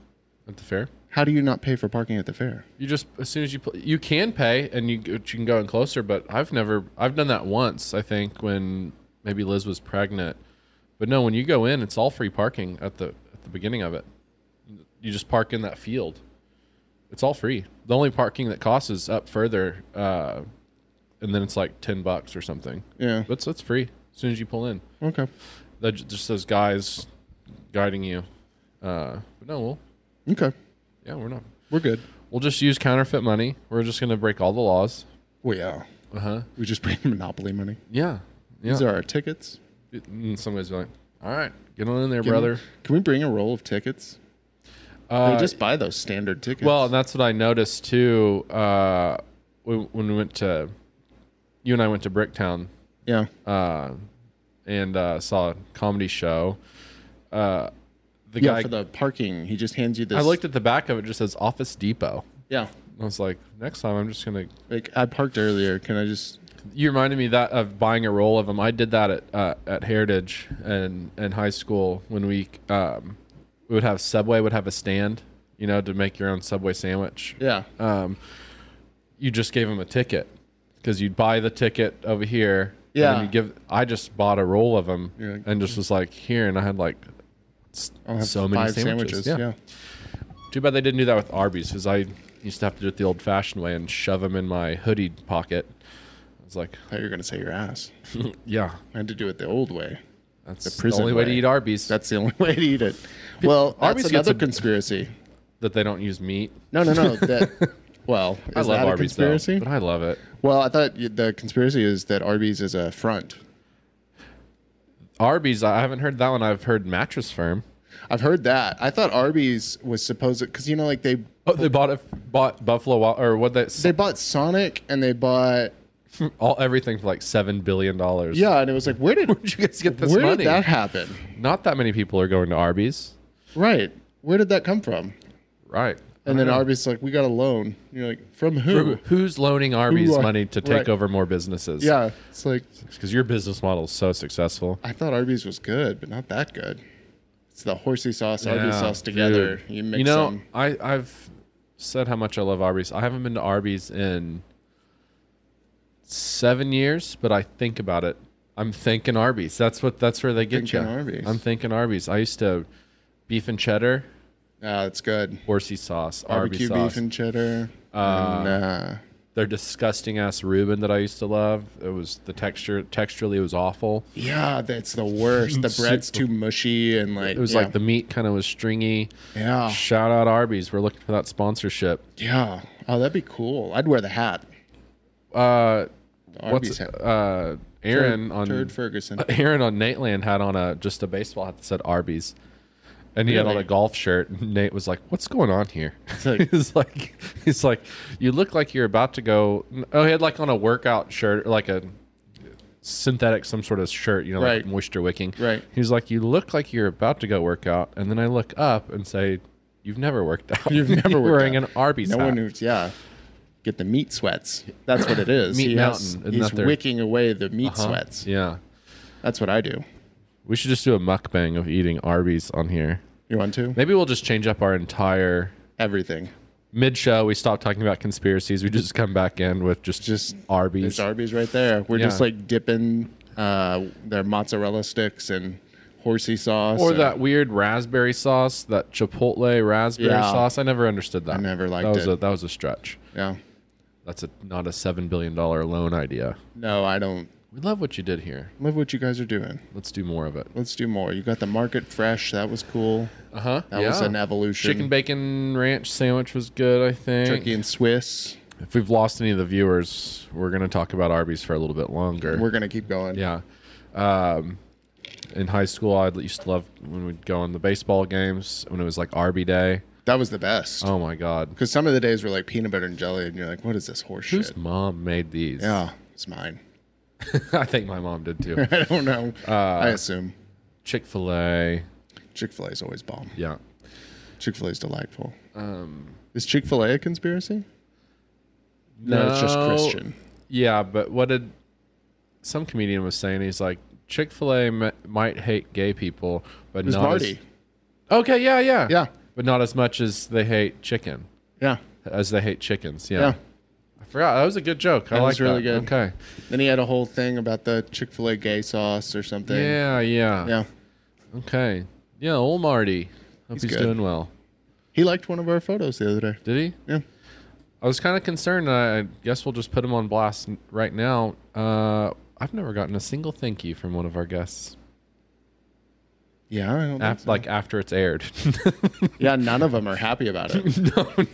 Speaker 1: at the fair.
Speaker 2: How do you not pay for parking at the fair?
Speaker 1: You just as soon as you pl- you can pay and you you can go in closer, but I've never I've done that once I think when maybe Liz was pregnant, but no, when you go in, it's all free parking at the at the beginning of it. You just park in that field. It's all free. The only parking that costs is up further, uh, and then it's like ten bucks or something.
Speaker 2: Yeah.
Speaker 1: That's that's free as soon as you pull in.
Speaker 2: Okay.
Speaker 1: That j- just those guys guiding you. Uh, but no, we'll,
Speaker 2: Okay.
Speaker 1: yeah, we're not.
Speaker 2: We're good.
Speaker 1: We'll just use counterfeit money. We're just gonna break all the laws.
Speaker 2: We are.
Speaker 1: Uh huh.
Speaker 2: We just bring monopoly money.
Speaker 1: Yeah. Yeah.
Speaker 2: These are our tickets.
Speaker 1: In some ways, like, all right, get on in there,
Speaker 2: Can we-
Speaker 1: brother.
Speaker 2: Can we bring a roll of tickets?
Speaker 1: Uh,
Speaker 2: we just buy those standard tickets.
Speaker 1: Well, and that's what I noticed too. Uh, when, when we went to, you and I went to Bricktown
Speaker 2: yeah.
Speaker 1: uh, and uh, saw a comedy show. Uh, the
Speaker 2: yeah,
Speaker 1: guy,
Speaker 2: for the parking, he just hands you this.
Speaker 1: I looked at the back of it, it just says Office Depot.
Speaker 2: Yeah.
Speaker 1: I was like, next time I'm just gonna.
Speaker 2: Like I parked earlier. Can I just?
Speaker 1: You reminded me that of buying a roll of them. I did that at uh, at Heritage and in high school when we um, we would have Subway would have a stand, you know, to make your own Subway sandwich.
Speaker 2: Yeah.
Speaker 1: um, you just gave him a ticket because you'd buy the ticket over here.
Speaker 2: Yeah.
Speaker 1: And you give. I just bought a roll of them
Speaker 2: You're like,
Speaker 1: and just was like here, and I had like s-
Speaker 2: I'll have
Speaker 1: so
Speaker 2: five
Speaker 1: many sandwiches.
Speaker 2: Yeah.
Speaker 1: Too bad they didn't do that with Arby's because I used to have to do it the old-fashioned way and shove them in my hoodie pocket. I was like,
Speaker 2: I thought you were gonna say your ass.
Speaker 1: yeah,
Speaker 2: I had to do it the old way.
Speaker 1: that's
Speaker 2: The
Speaker 1: the,
Speaker 2: prison
Speaker 1: only way. to
Speaker 2: way.
Speaker 1: eat Arby's.
Speaker 2: That's the only way to eat it. Well, that's
Speaker 1: Arby's gets
Speaker 2: another
Speaker 1: a-
Speaker 2: conspiracy.
Speaker 1: that they don't use meat.
Speaker 2: No, no, no. That well, is
Speaker 1: I love
Speaker 2: that a
Speaker 1: Arby's
Speaker 2: conspiracy?
Speaker 1: though, but I love it.
Speaker 2: well, I thought you- the conspiracy is that Arby's is a front.
Speaker 1: Arby's, I haven't heard that one. I've heard Mattress Firm.
Speaker 2: I've heard that. I thought Arby's was supposed because you know, like they
Speaker 1: Oh, they bought a, bought Buffalo Wild, or what that
Speaker 2: they bought Sonic and they bought
Speaker 1: all everything for like seven billion dollars.
Speaker 2: yeah, and it was like where did
Speaker 1: Where'd you guys get this
Speaker 2: where
Speaker 1: money?
Speaker 2: did that happen?
Speaker 1: Not that many people are going to Arby's,
Speaker 2: Right, where did that come from?
Speaker 1: right?
Speaker 2: And then Arby's is like we got a loan. You're like from who?
Speaker 1: Who- who's loaning Arby's
Speaker 2: Who are-
Speaker 1: money to take
Speaker 2: right.
Speaker 1: over more businesses?
Speaker 2: Yeah, it's like
Speaker 1: because your business model is so successful.
Speaker 2: I thought Arby's was good, but not that good. It's the horsey sauce, Arby's
Speaker 1: Yeah,
Speaker 2: sauce together.
Speaker 1: dude.
Speaker 2: You mix
Speaker 1: know,
Speaker 2: them.
Speaker 1: I I've said how much I love Arby's. I haven't been to Arby's in seven years, but I think about it. I'm thinking Arby's. That's what. That's where they get
Speaker 2: Thinking
Speaker 1: you.
Speaker 2: Arby's.
Speaker 1: I'm thinking Arby's. I used to beef and cheddar,
Speaker 2: Ah, it's good.
Speaker 1: horsey sauce,
Speaker 2: Barbecue
Speaker 1: Arby's sauce.
Speaker 2: beef and cheddar. and, uh,
Speaker 1: their disgusting ass Reuben that I used to love. It was the texture texturally it was awful.
Speaker 2: yeah, that's the worst. The bread's too mushy and like
Speaker 1: It was
Speaker 2: yeah.
Speaker 1: like the meat kind of was stringy.
Speaker 2: Yeah.
Speaker 1: Shout out Arby's. We're looking for that sponsorship.
Speaker 2: yeah. Oh, that'd be cool. I'd wear the hat.
Speaker 1: Uh
Speaker 2: The
Speaker 1: what's
Speaker 2: Arby's hat.
Speaker 1: uh
Speaker 2: Turd-
Speaker 1: Aaron on
Speaker 2: Turd Ferguson.
Speaker 1: Aaron on Nateland had on a just a baseball hat that said Arby's. And he had on
Speaker 2: Really?
Speaker 1: a golf shirt. And Nate was like, "What's going on here?"
Speaker 2: like-
Speaker 1: he's like, "He's like, you look like you're about to go." Oh, he had like on a workout shirt, like a synthetic, some sort of shirt, you know,
Speaker 2: Right.
Speaker 1: like moisture wicking.
Speaker 2: Right.
Speaker 1: He's like, "You look like you're about to go work out," and then I look up and say, "You've never worked out.
Speaker 2: You've never
Speaker 1: You're
Speaker 2: worked
Speaker 1: wearing
Speaker 2: out.
Speaker 1: an Arby's
Speaker 2: No
Speaker 1: hat."
Speaker 2: one who's yeah. Get the meat sweats. That's what it is.
Speaker 1: Meat
Speaker 2: He has-
Speaker 1: mountain, isn't
Speaker 2: he's
Speaker 1: that their-
Speaker 2: wicking away the meat
Speaker 1: Huh?
Speaker 2: sweats.
Speaker 1: Yeah,
Speaker 2: That's what I do.
Speaker 1: we should just do a mukbang of eating Arby's on here.
Speaker 2: You want to?
Speaker 1: Maybe we'll just change up our entire
Speaker 2: Everything.
Speaker 1: mid-show. We stop talking about conspiracies. We just come back in with just
Speaker 2: Just
Speaker 1: Arby's.
Speaker 2: There's Arby's right there. We're just
Speaker 1: Yeah.
Speaker 2: like dipping uh, their mozzarella sticks and horsey sauce.
Speaker 1: Or
Speaker 2: and-
Speaker 1: that weird raspberry sauce, that Chipotle raspberry
Speaker 2: Yeah.
Speaker 1: sauce. I never understood that.
Speaker 2: I never liked
Speaker 1: that was
Speaker 2: it.
Speaker 1: A, that was a stretch.
Speaker 2: Yeah.
Speaker 1: That's a not a seven billion dollar loan idea.
Speaker 2: No, I don't.
Speaker 1: We love what you did here.
Speaker 2: Love what you guys are doing.
Speaker 1: Let's do more of it.
Speaker 2: Let's do more. You got the market fresh. That was cool.
Speaker 1: Uh huh.
Speaker 2: Uh-huh. That was an evolution.
Speaker 1: Chicken bacon ranch sandwich was good. I think.
Speaker 2: turkey and Swiss.
Speaker 1: If we've lost any of the viewers, we're gonna talk about Arby's for a little bit longer.
Speaker 2: We're gonna keep going.
Speaker 1: Yeah. Um, in high school, I used to love when we'd go on the baseball games when it was like Arby Day.
Speaker 2: That was the best.
Speaker 1: Oh my God.
Speaker 2: Because some of the days were like peanut butter and jelly, and you're like, "What is this horse
Speaker 1: Whose
Speaker 2: shit?"
Speaker 1: mom made these?
Speaker 2: Yeah, it's mine.
Speaker 1: I think my mom did too.
Speaker 2: I don't know.
Speaker 1: Uh,
Speaker 2: I assume
Speaker 1: Chick fil A.
Speaker 2: Chick Fil A is always bomb.
Speaker 1: Yeah.
Speaker 2: Chick Fil A is delightful.
Speaker 1: Um,
Speaker 2: is Chick Fil A a conspiracy? it's just Christian.
Speaker 1: Yeah, but what did some comedian was saying? He's like, Chick fil A m- might hate gay people, but
Speaker 2: It was
Speaker 1: not. as-
Speaker 2: Marty.
Speaker 1: Okay, yeah, yeah,
Speaker 2: Yeah.
Speaker 1: but not as much as they hate chicken
Speaker 2: Yeah.
Speaker 1: as they hate chickens. Yeah,
Speaker 2: Yeah.
Speaker 1: I forgot that was a good joke. I
Speaker 2: That
Speaker 1: like
Speaker 2: was really
Speaker 1: that.
Speaker 2: good.
Speaker 1: Okay,
Speaker 2: Then he had a whole thing about the Chick fil A gay sauce or something.
Speaker 1: yeah, yeah,
Speaker 2: Yeah.
Speaker 1: Okay, yeah, old Marty. Hope he's,
Speaker 2: good.
Speaker 1: doing well.
Speaker 2: He liked one of our photos the other day.
Speaker 1: Did he?
Speaker 2: Yeah.
Speaker 1: I was kind of concerned. I I guess we'll just put him on blast n- right now. Uh, I've never gotten a single thank you from one of our guests.
Speaker 2: Yeah. I don't think
Speaker 1: Af-
Speaker 2: so.
Speaker 1: Like after it's aired,
Speaker 2: Yeah, none of them are happy about it.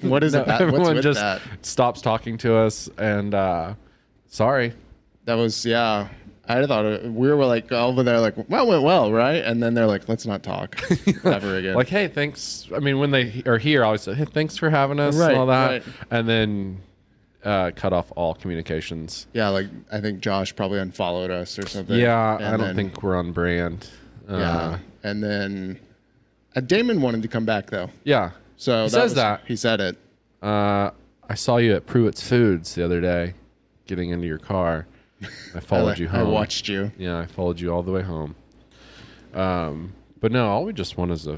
Speaker 2: what is it? That, what's
Speaker 1: everyone
Speaker 2: with
Speaker 1: just
Speaker 2: that?
Speaker 1: stops talking to us. And uh, sorry,
Speaker 2: That was yeah. I thought it, we were like over there like well it went well right, and then they're like let's not talk ever again.
Speaker 1: like hey, thanks. I mean, when they he- are here, I always say hey, thanks for having us
Speaker 2: Right,
Speaker 1: and all that,
Speaker 2: right.
Speaker 1: and then uh, cut off all communications.
Speaker 2: yeah, like I think Josh probably unfollowed us or something.
Speaker 1: yeah,
Speaker 2: And
Speaker 1: I don't
Speaker 2: then-
Speaker 1: think we're on brand. Uh,
Speaker 2: Yeah, and then uh, Damon wanted to come back though,
Speaker 1: yeah.
Speaker 2: so
Speaker 1: He says
Speaker 2: was-
Speaker 1: that.
Speaker 2: he said it.
Speaker 1: Uh, I saw you at Pruitt's Foods the other day, getting into your car. I
Speaker 2: I,
Speaker 1: followed
Speaker 2: like-
Speaker 1: you
Speaker 2: I
Speaker 1: home.
Speaker 2: watched you.
Speaker 1: Yeah, I followed you all the way home. Um, but no, all we just want is a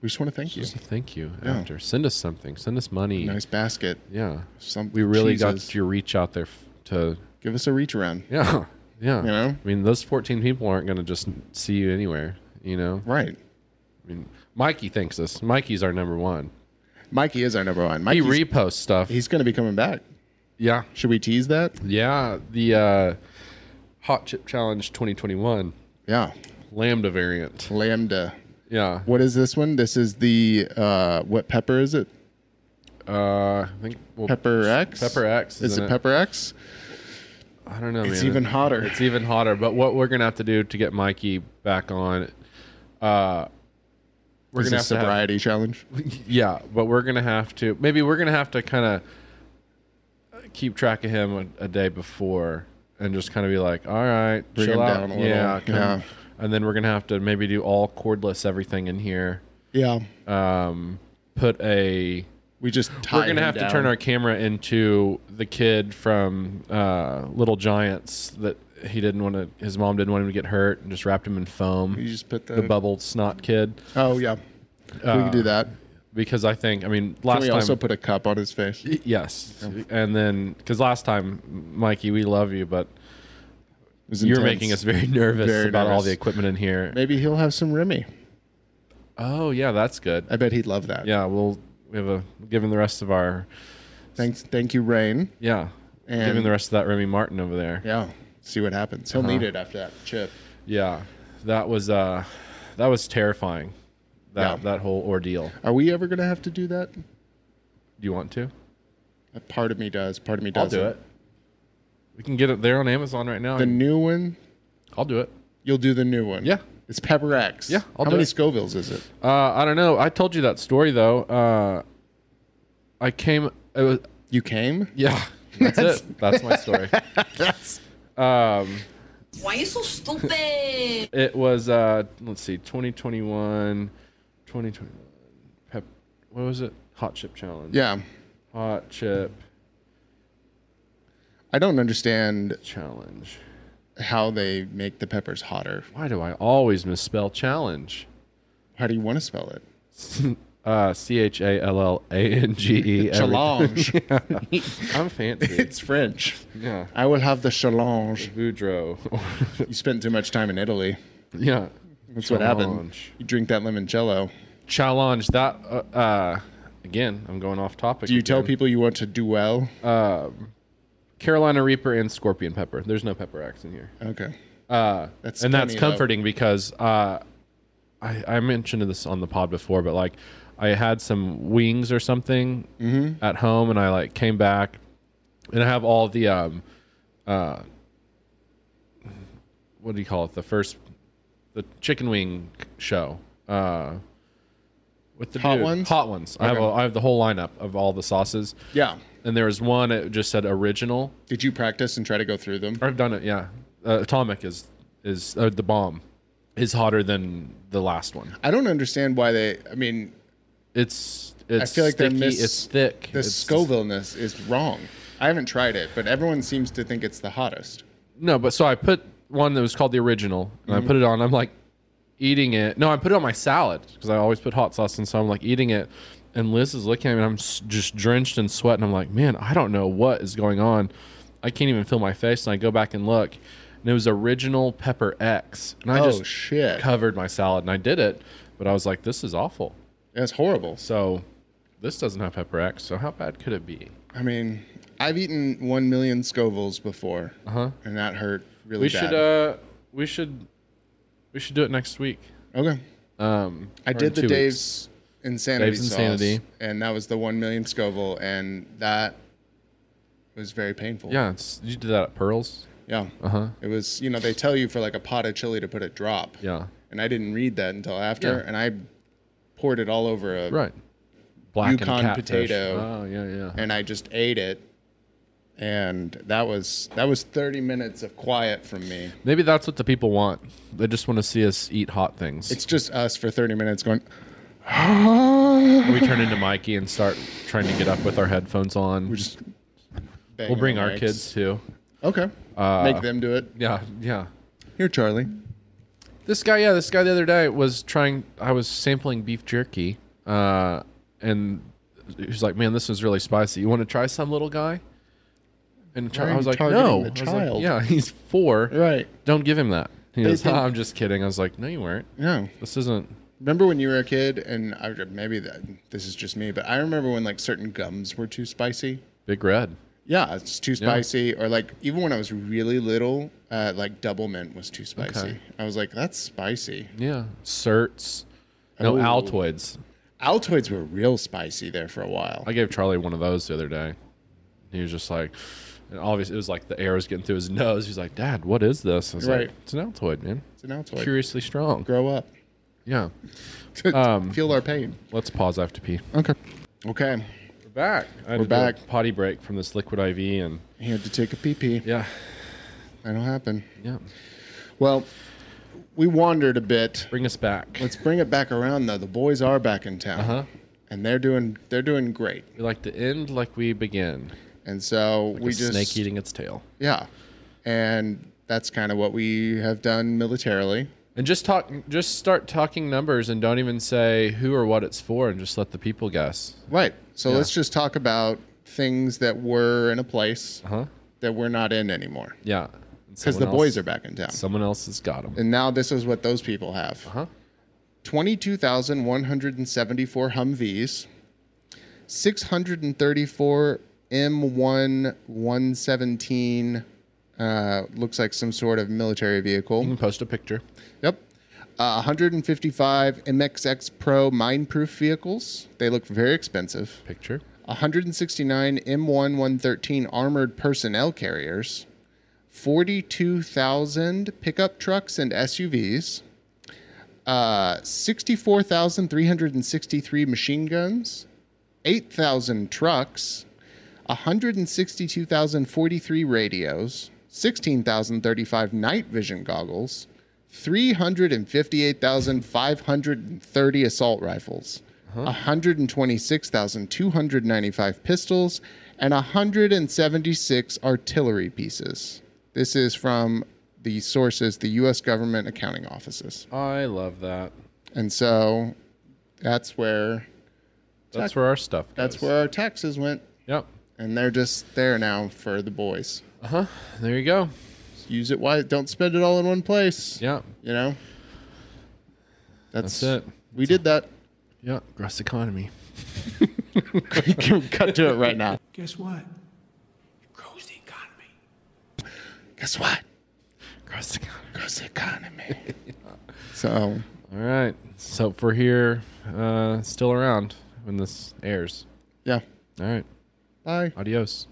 Speaker 2: We just want to thank you.
Speaker 1: just a thank you
Speaker 2: Yeah.
Speaker 1: after. Send us something. Send us money.
Speaker 2: Nice basket.
Speaker 1: Yeah,
Speaker 2: Some
Speaker 1: we really
Speaker 2: cheeses.
Speaker 1: got your reach out there f- to.
Speaker 2: give us a reach around.
Speaker 1: Yeah, yeah.
Speaker 2: know?
Speaker 1: I mean, those fourteen people aren't going to just see you anywhere. You know,
Speaker 2: Right.
Speaker 1: I mean, Mikey thinks this. Mikey's our number one.
Speaker 2: Mikey is our number one.
Speaker 1: He
Speaker 2: Mikey,
Speaker 1: reposts stuff.
Speaker 2: he's going to be coming back.
Speaker 1: yeah,
Speaker 2: Should we tease that?
Speaker 1: Yeah, the uh, Hot Chip Challenge 2021
Speaker 2: Yeah.
Speaker 1: Lambda variant.
Speaker 2: Lambda.
Speaker 1: Yeah,
Speaker 2: What is this one? This is the uh, what pepper is it?
Speaker 1: uh, I think well,
Speaker 2: Pepper X.
Speaker 1: Pepper X.
Speaker 2: Is
Speaker 1: isn't
Speaker 2: it Pepper X?
Speaker 1: I don't know.
Speaker 2: It's
Speaker 1: man.
Speaker 2: even hotter.
Speaker 1: It's even hotter. But what we're gonna have to do to get Mikey back on, uh, we're
Speaker 2: We're
Speaker 1: gonna
Speaker 2: gonna
Speaker 1: have to have-
Speaker 2: sobriety challenge.
Speaker 1: yeah, but we're gonna have to. Maybe we're gonna have to kind of keep track of him a, a day before and just kind of be like, all right,
Speaker 2: Bring
Speaker 1: chill
Speaker 2: him
Speaker 1: out.
Speaker 2: down a little.
Speaker 1: Yeah, come-
Speaker 2: Yeah.
Speaker 1: And then we're gonna have to maybe do all cordless everything in here.
Speaker 2: Yeah.
Speaker 1: um, put a.
Speaker 2: we just tie
Speaker 1: We're gonna
Speaker 2: him
Speaker 1: have
Speaker 2: down.
Speaker 1: to turn our camera into the kid from uh, Little Giants that he didn't want to. His mom didn't want him to get hurt, and just wrapped him in foam.
Speaker 2: You just put the,
Speaker 1: the bubbled snot kid,
Speaker 2: Oh yeah. we can do that.
Speaker 1: because I think I mean
Speaker 2: Can
Speaker 1: last
Speaker 2: we
Speaker 1: time.
Speaker 2: also put a cup on his face?
Speaker 1: Y- yes, and then because last time, Mikey, we love you, but you're making us very nervous
Speaker 2: Very
Speaker 1: about all
Speaker 2: nervous.
Speaker 1: the equipment in here.
Speaker 2: Maybe he'll have some Remy.
Speaker 1: Oh yeah, that's good.
Speaker 2: I bet he'd love that.
Speaker 1: Yeah, we'll we have a given the rest of our
Speaker 2: Thanks. Thank you, Rain.
Speaker 1: yeah,
Speaker 2: And-
Speaker 1: giving the rest of that Remy Martin over there.
Speaker 2: Yeah. See what happens.
Speaker 1: Uh-huh.
Speaker 2: He'll need it after that chip.
Speaker 1: Yeah, that was uh, that was terrifying. That
Speaker 2: Yeah.
Speaker 1: that whole ordeal.
Speaker 2: Are we ever gonna have to do that?
Speaker 1: Do you want to?
Speaker 2: A Part of me does. Part of me doesn't.
Speaker 1: We can get it there on Amazon right now.
Speaker 2: The new one.
Speaker 1: I'll do it.
Speaker 2: You'll do the new one.
Speaker 1: Yeah.
Speaker 2: It's Pepper X.
Speaker 1: Yeah, I'll
Speaker 2: How
Speaker 1: do
Speaker 2: many
Speaker 1: it.
Speaker 2: Scovilles is it?
Speaker 1: Uh, I don't know. I told you that story though. Uh, I came. It was
Speaker 2: You came?
Speaker 1: yeah. That's, it. That's my story.
Speaker 2: That's
Speaker 5: Why you so stupid?
Speaker 1: it was uh, let's see, 2021, 2021. Pep, what was it? Hot chip challenge.
Speaker 2: yeah.
Speaker 1: Hot chip
Speaker 2: I don't understand
Speaker 1: challenge.
Speaker 2: how they make the peppers hotter.
Speaker 1: Why do I always misspell challenge?
Speaker 2: How do you want to spell it?
Speaker 1: Uh, C H A L L A N G E.
Speaker 2: Challenge.
Speaker 1: I'm fancy.
Speaker 2: it's French.
Speaker 1: yeah.
Speaker 2: I will have the challenge.
Speaker 1: Boudreaux.
Speaker 2: You spent too much time in Italy.
Speaker 1: yeah.
Speaker 2: That's what happened. You drink that limoncello.
Speaker 1: Challenge that. Uh, uh, again, I'm going off topic.
Speaker 2: Do you tell
Speaker 1: again.
Speaker 2: people you want to do well?
Speaker 1: Uh, Carolina Reaper and Scorpion Pepper? There's no pepper axe in here.
Speaker 2: okay. Uh, that's
Speaker 1: and that's
Speaker 2: plenty, though.
Speaker 1: comforting because uh, I, I mentioned this on the pod before, but like I had some wings or something
Speaker 2: Mm-hmm.
Speaker 1: at home, and I like came back, and I have all the um, uh, what do you call it? The first, the chicken wing show. Uh, with the
Speaker 2: Hot
Speaker 1: dude-
Speaker 2: Ones?
Speaker 1: hot ones. I have a,
Speaker 2: Okay.
Speaker 1: I have the whole lineup of all the sauces.
Speaker 2: Yeah.
Speaker 1: and there was one it just said original.
Speaker 2: Did you practice and try to go through them?
Speaker 1: I've done it. Yeah, uh, Atomic is is uh, the bomb. Is hotter than the last one.
Speaker 2: I don't understand why they. I mean,
Speaker 1: It's it's
Speaker 2: I feel like they're
Speaker 1: sticky.
Speaker 2: miss-
Speaker 1: it's thick.
Speaker 2: The
Speaker 1: it's,
Speaker 2: Scoville-ness is wrong. I haven't tried it, but everyone seems to think it's the hottest. Mm-hmm.
Speaker 1: No, but so I put one that was called the original, and I put it on. I'm like, eating it. No, I put it on my salad because I always put hot sauce in. So I'm like eating it, and Liz is looking at me, and I'm s- just drenched in sweat, and I'm like, man, I don't know what is going on. I can't even feel my face, and I go back and look, and it was original pepper X, and I
Speaker 2: Oh,
Speaker 1: just
Speaker 2: shit.
Speaker 1: covered my salad, and I did it, but I was like, this is awful.
Speaker 2: That's horrible.
Speaker 1: So this doesn't have pepper X, so how bad could it be?
Speaker 2: I mean, I've eaten one million Scovilles before, uh-huh. and that hurt really
Speaker 1: We
Speaker 2: bad.
Speaker 1: should uh we should we should do it next week.
Speaker 2: okay,
Speaker 1: Um
Speaker 2: I
Speaker 1: uh, or in
Speaker 2: did the
Speaker 1: two weeks.
Speaker 2: Dave's insanity
Speaker 1: Dave's
Speaker 2: sauce,
Speaker 1: Insanity.
Speaker 2: and that was the one million Scoville, and that was very painful.
Speaker 1: Yeah, it's, you did that at Pearls.
Speaker 2: yeah.
Speaker 1: Uh-huh.
Speaker 2: It was, you know, they tell you for like a pot of chili to put a drop.
Speaker 1: Yeah.
Speaker 2: and I didn't read that until after,
Speaker 1: Yeah.
Speaker 2: and I poured it all over a
Speaker 1: Right. Black
Speaker 2: Yukon potato.
Speaker 1: Oh yeah, yeah.
Speaker 2: and I just ate it. And that was that was 30 minutes of quiet from me.
Speaker 1: Maybe that's what the people want. They just want to see us eat hot things.
Speaker 2: It's just us for 30 minutes going,
Speaker 1: we turn into Mikey and start trying to get up with our headphones on.
Speaker 2: we just
Speaker 1: We'll bring our kids Uh, too.
Speaker 2: Okay. Make them do it.
Speaker 1: Yeah, yeah.
Speaker 2: Here, Charlie.
Speaker 1: This guy, yeah, this guy the other day was trying. I was sampling beef jerky, uh, and he was like, "Man, this is really spicy. You want to try some, little guy?" And
Speaker 2: Why
Speaker 1: try,
Speaker 2: are
Speaker 1: I was
Speaker 2: you
Speaker 1: like,
Speaker 2: targeting
Speaker 1: "No,
Speaker 2: the
Speaker 1: I was like,
Speaker 2: child?
Speaker 1: yeah, he's four.
Speaker 2: Right.
Speaker 1: Don't give him that." He
Speaker 2: They
Speaker 1: goes,
Speaker 2: think-
Speaker 1: "Ah, "I'm just kidding." I was like, "No, you weren't.
Speaker 2: Yeah.
Speaker 1: This isn't."
Speaker 2: Remember when you were a kid, and I, maybe that, this is just me, but I remember when like certain gums were too spicy.
Speaker 1: Big Red.
Speaker 2: Yeah, it's too spicy. Or like even when I was really little, uh, like double mint was too spicy.
Speaker 1: Okay.
Speaker 2: I was like, that's spicy.
Speaker 1: Yeah. Certs. No,
Speaker 2: Oh.
Speaker 1: Altoids.
Speaker 2: Altoids were real spicy there for a while.
Speaker 1: I gave Charlie one of those the other day. He was just like, and obviously it was like the air was getting through his nose. He's like, Dad, what is this? I was
Speaker 2: Right.
Speaker 1: like, It's an Altoid, man.
Speaker 2: it's an Altoid.
Speaker 1: Curiously strong.
Speaker 2: Grow up.
Speaker 1: Yeah.
Speaker 2: um, Feel our pain.
Speaker 1: Let's pause. I have to pee.
Speaker 2: Okay. Okay.
Speaker 1: We're back. I had
Speaker 2: We're
Speaker 1: to do a
Speaker 2: back.
Speaker 1: potty break from this liquid IV, and
Speaker 2: I had to take a pee pee.
Speaker 1: yeah,
Speaker 2: That'll happen.
Speaker 1: yeah.
Speaker 2: Well, we wandered a bit.
Speaker 1: Bring us back.
Speaker 2: Let's bring it back around though. The boys are back in town,
Speaker 1: Uh-huh.
Speaker 2: and they're doing they're doing great.
Speaker 1: We like to end like we begin.
Speaker 2: And so
Speaker 1: Like
Speaker 2: we
Speaker 1: a
Speaker 2: just
Speaker 1: snake eating its tail.
Speaker 2: yeah, and that's kind of what we have done militarily.
Speaker 1: And just talk. Just start talking numbers, and don't even say who or what it's for, and just let the people guess.
Speaker 2: Right. So
Speaker 1: Yeah.
Speaker 2: let's just talk about things that were in a place
Speaker 1: Huh?
Speaker 2: that we're not in anymore
Speaker 1: Yeah.
Speaker 2: because the boys are back in town,
Speaker 1: Someone else has got them.
Speaker 2: and now this is what those people have.
Speaker 1: Huh?
Speaker 2: Twenty-two thousand one hundred and seventy-four Humvees, six hundred and thirty-four M one one seventeen. Uh, looks like some sort of military
Speaker 1: You can
Speaker 2: vehicle.
Speaker 1: post a picture.
Speaker 2: Yep. Uh, 155 MXX Pro mine-proof vehicles. They look very expensive.
Speaker 1: Picture.
Speaker 2: 169 M1113 armored personnel carriers, 42,000 pickup trucks and SUVs, uh, 64,363 machine guns, 8,000 trucks, 162,043 radios, 16,035 night vision goggles, 358,530 assault rifles, 126,295 pistols, and 176 artillery pieces. This is from the sources, the U.S. government accounting offices.
Speaker 1: I love that.
Speaker 2: And so that's where
Speaker 1: That's where our stuff goes.
Speaker 2: that's where our taxes went.
Speaker 1: Yep.
Speaker 2: And they're just there now for the boys.
Speaker 1: There you go.
Speaker 2: Use it wise. Don't spend it all in one place.
Speaker 1: Yeah.
Speaker 2: You know? That's,
Speaker 1: That's it.
Speaker 2: We did that.
Speaker 1: Yeah. Gross economy.
Speaker 2: Cut to it right now.
Speaker 7: Guess what? It grows the economy.
Speaker 2: Guess what?
Speaker 1: Gross economy.
Speaker 2: Gross economy. So
Speaker 1: All right. So if we're here, uh, still around when this airs.
Speaker 2: yeah.
Speaker 1: All right.
Speaker 2: Bye.
Speaker 1: Adios.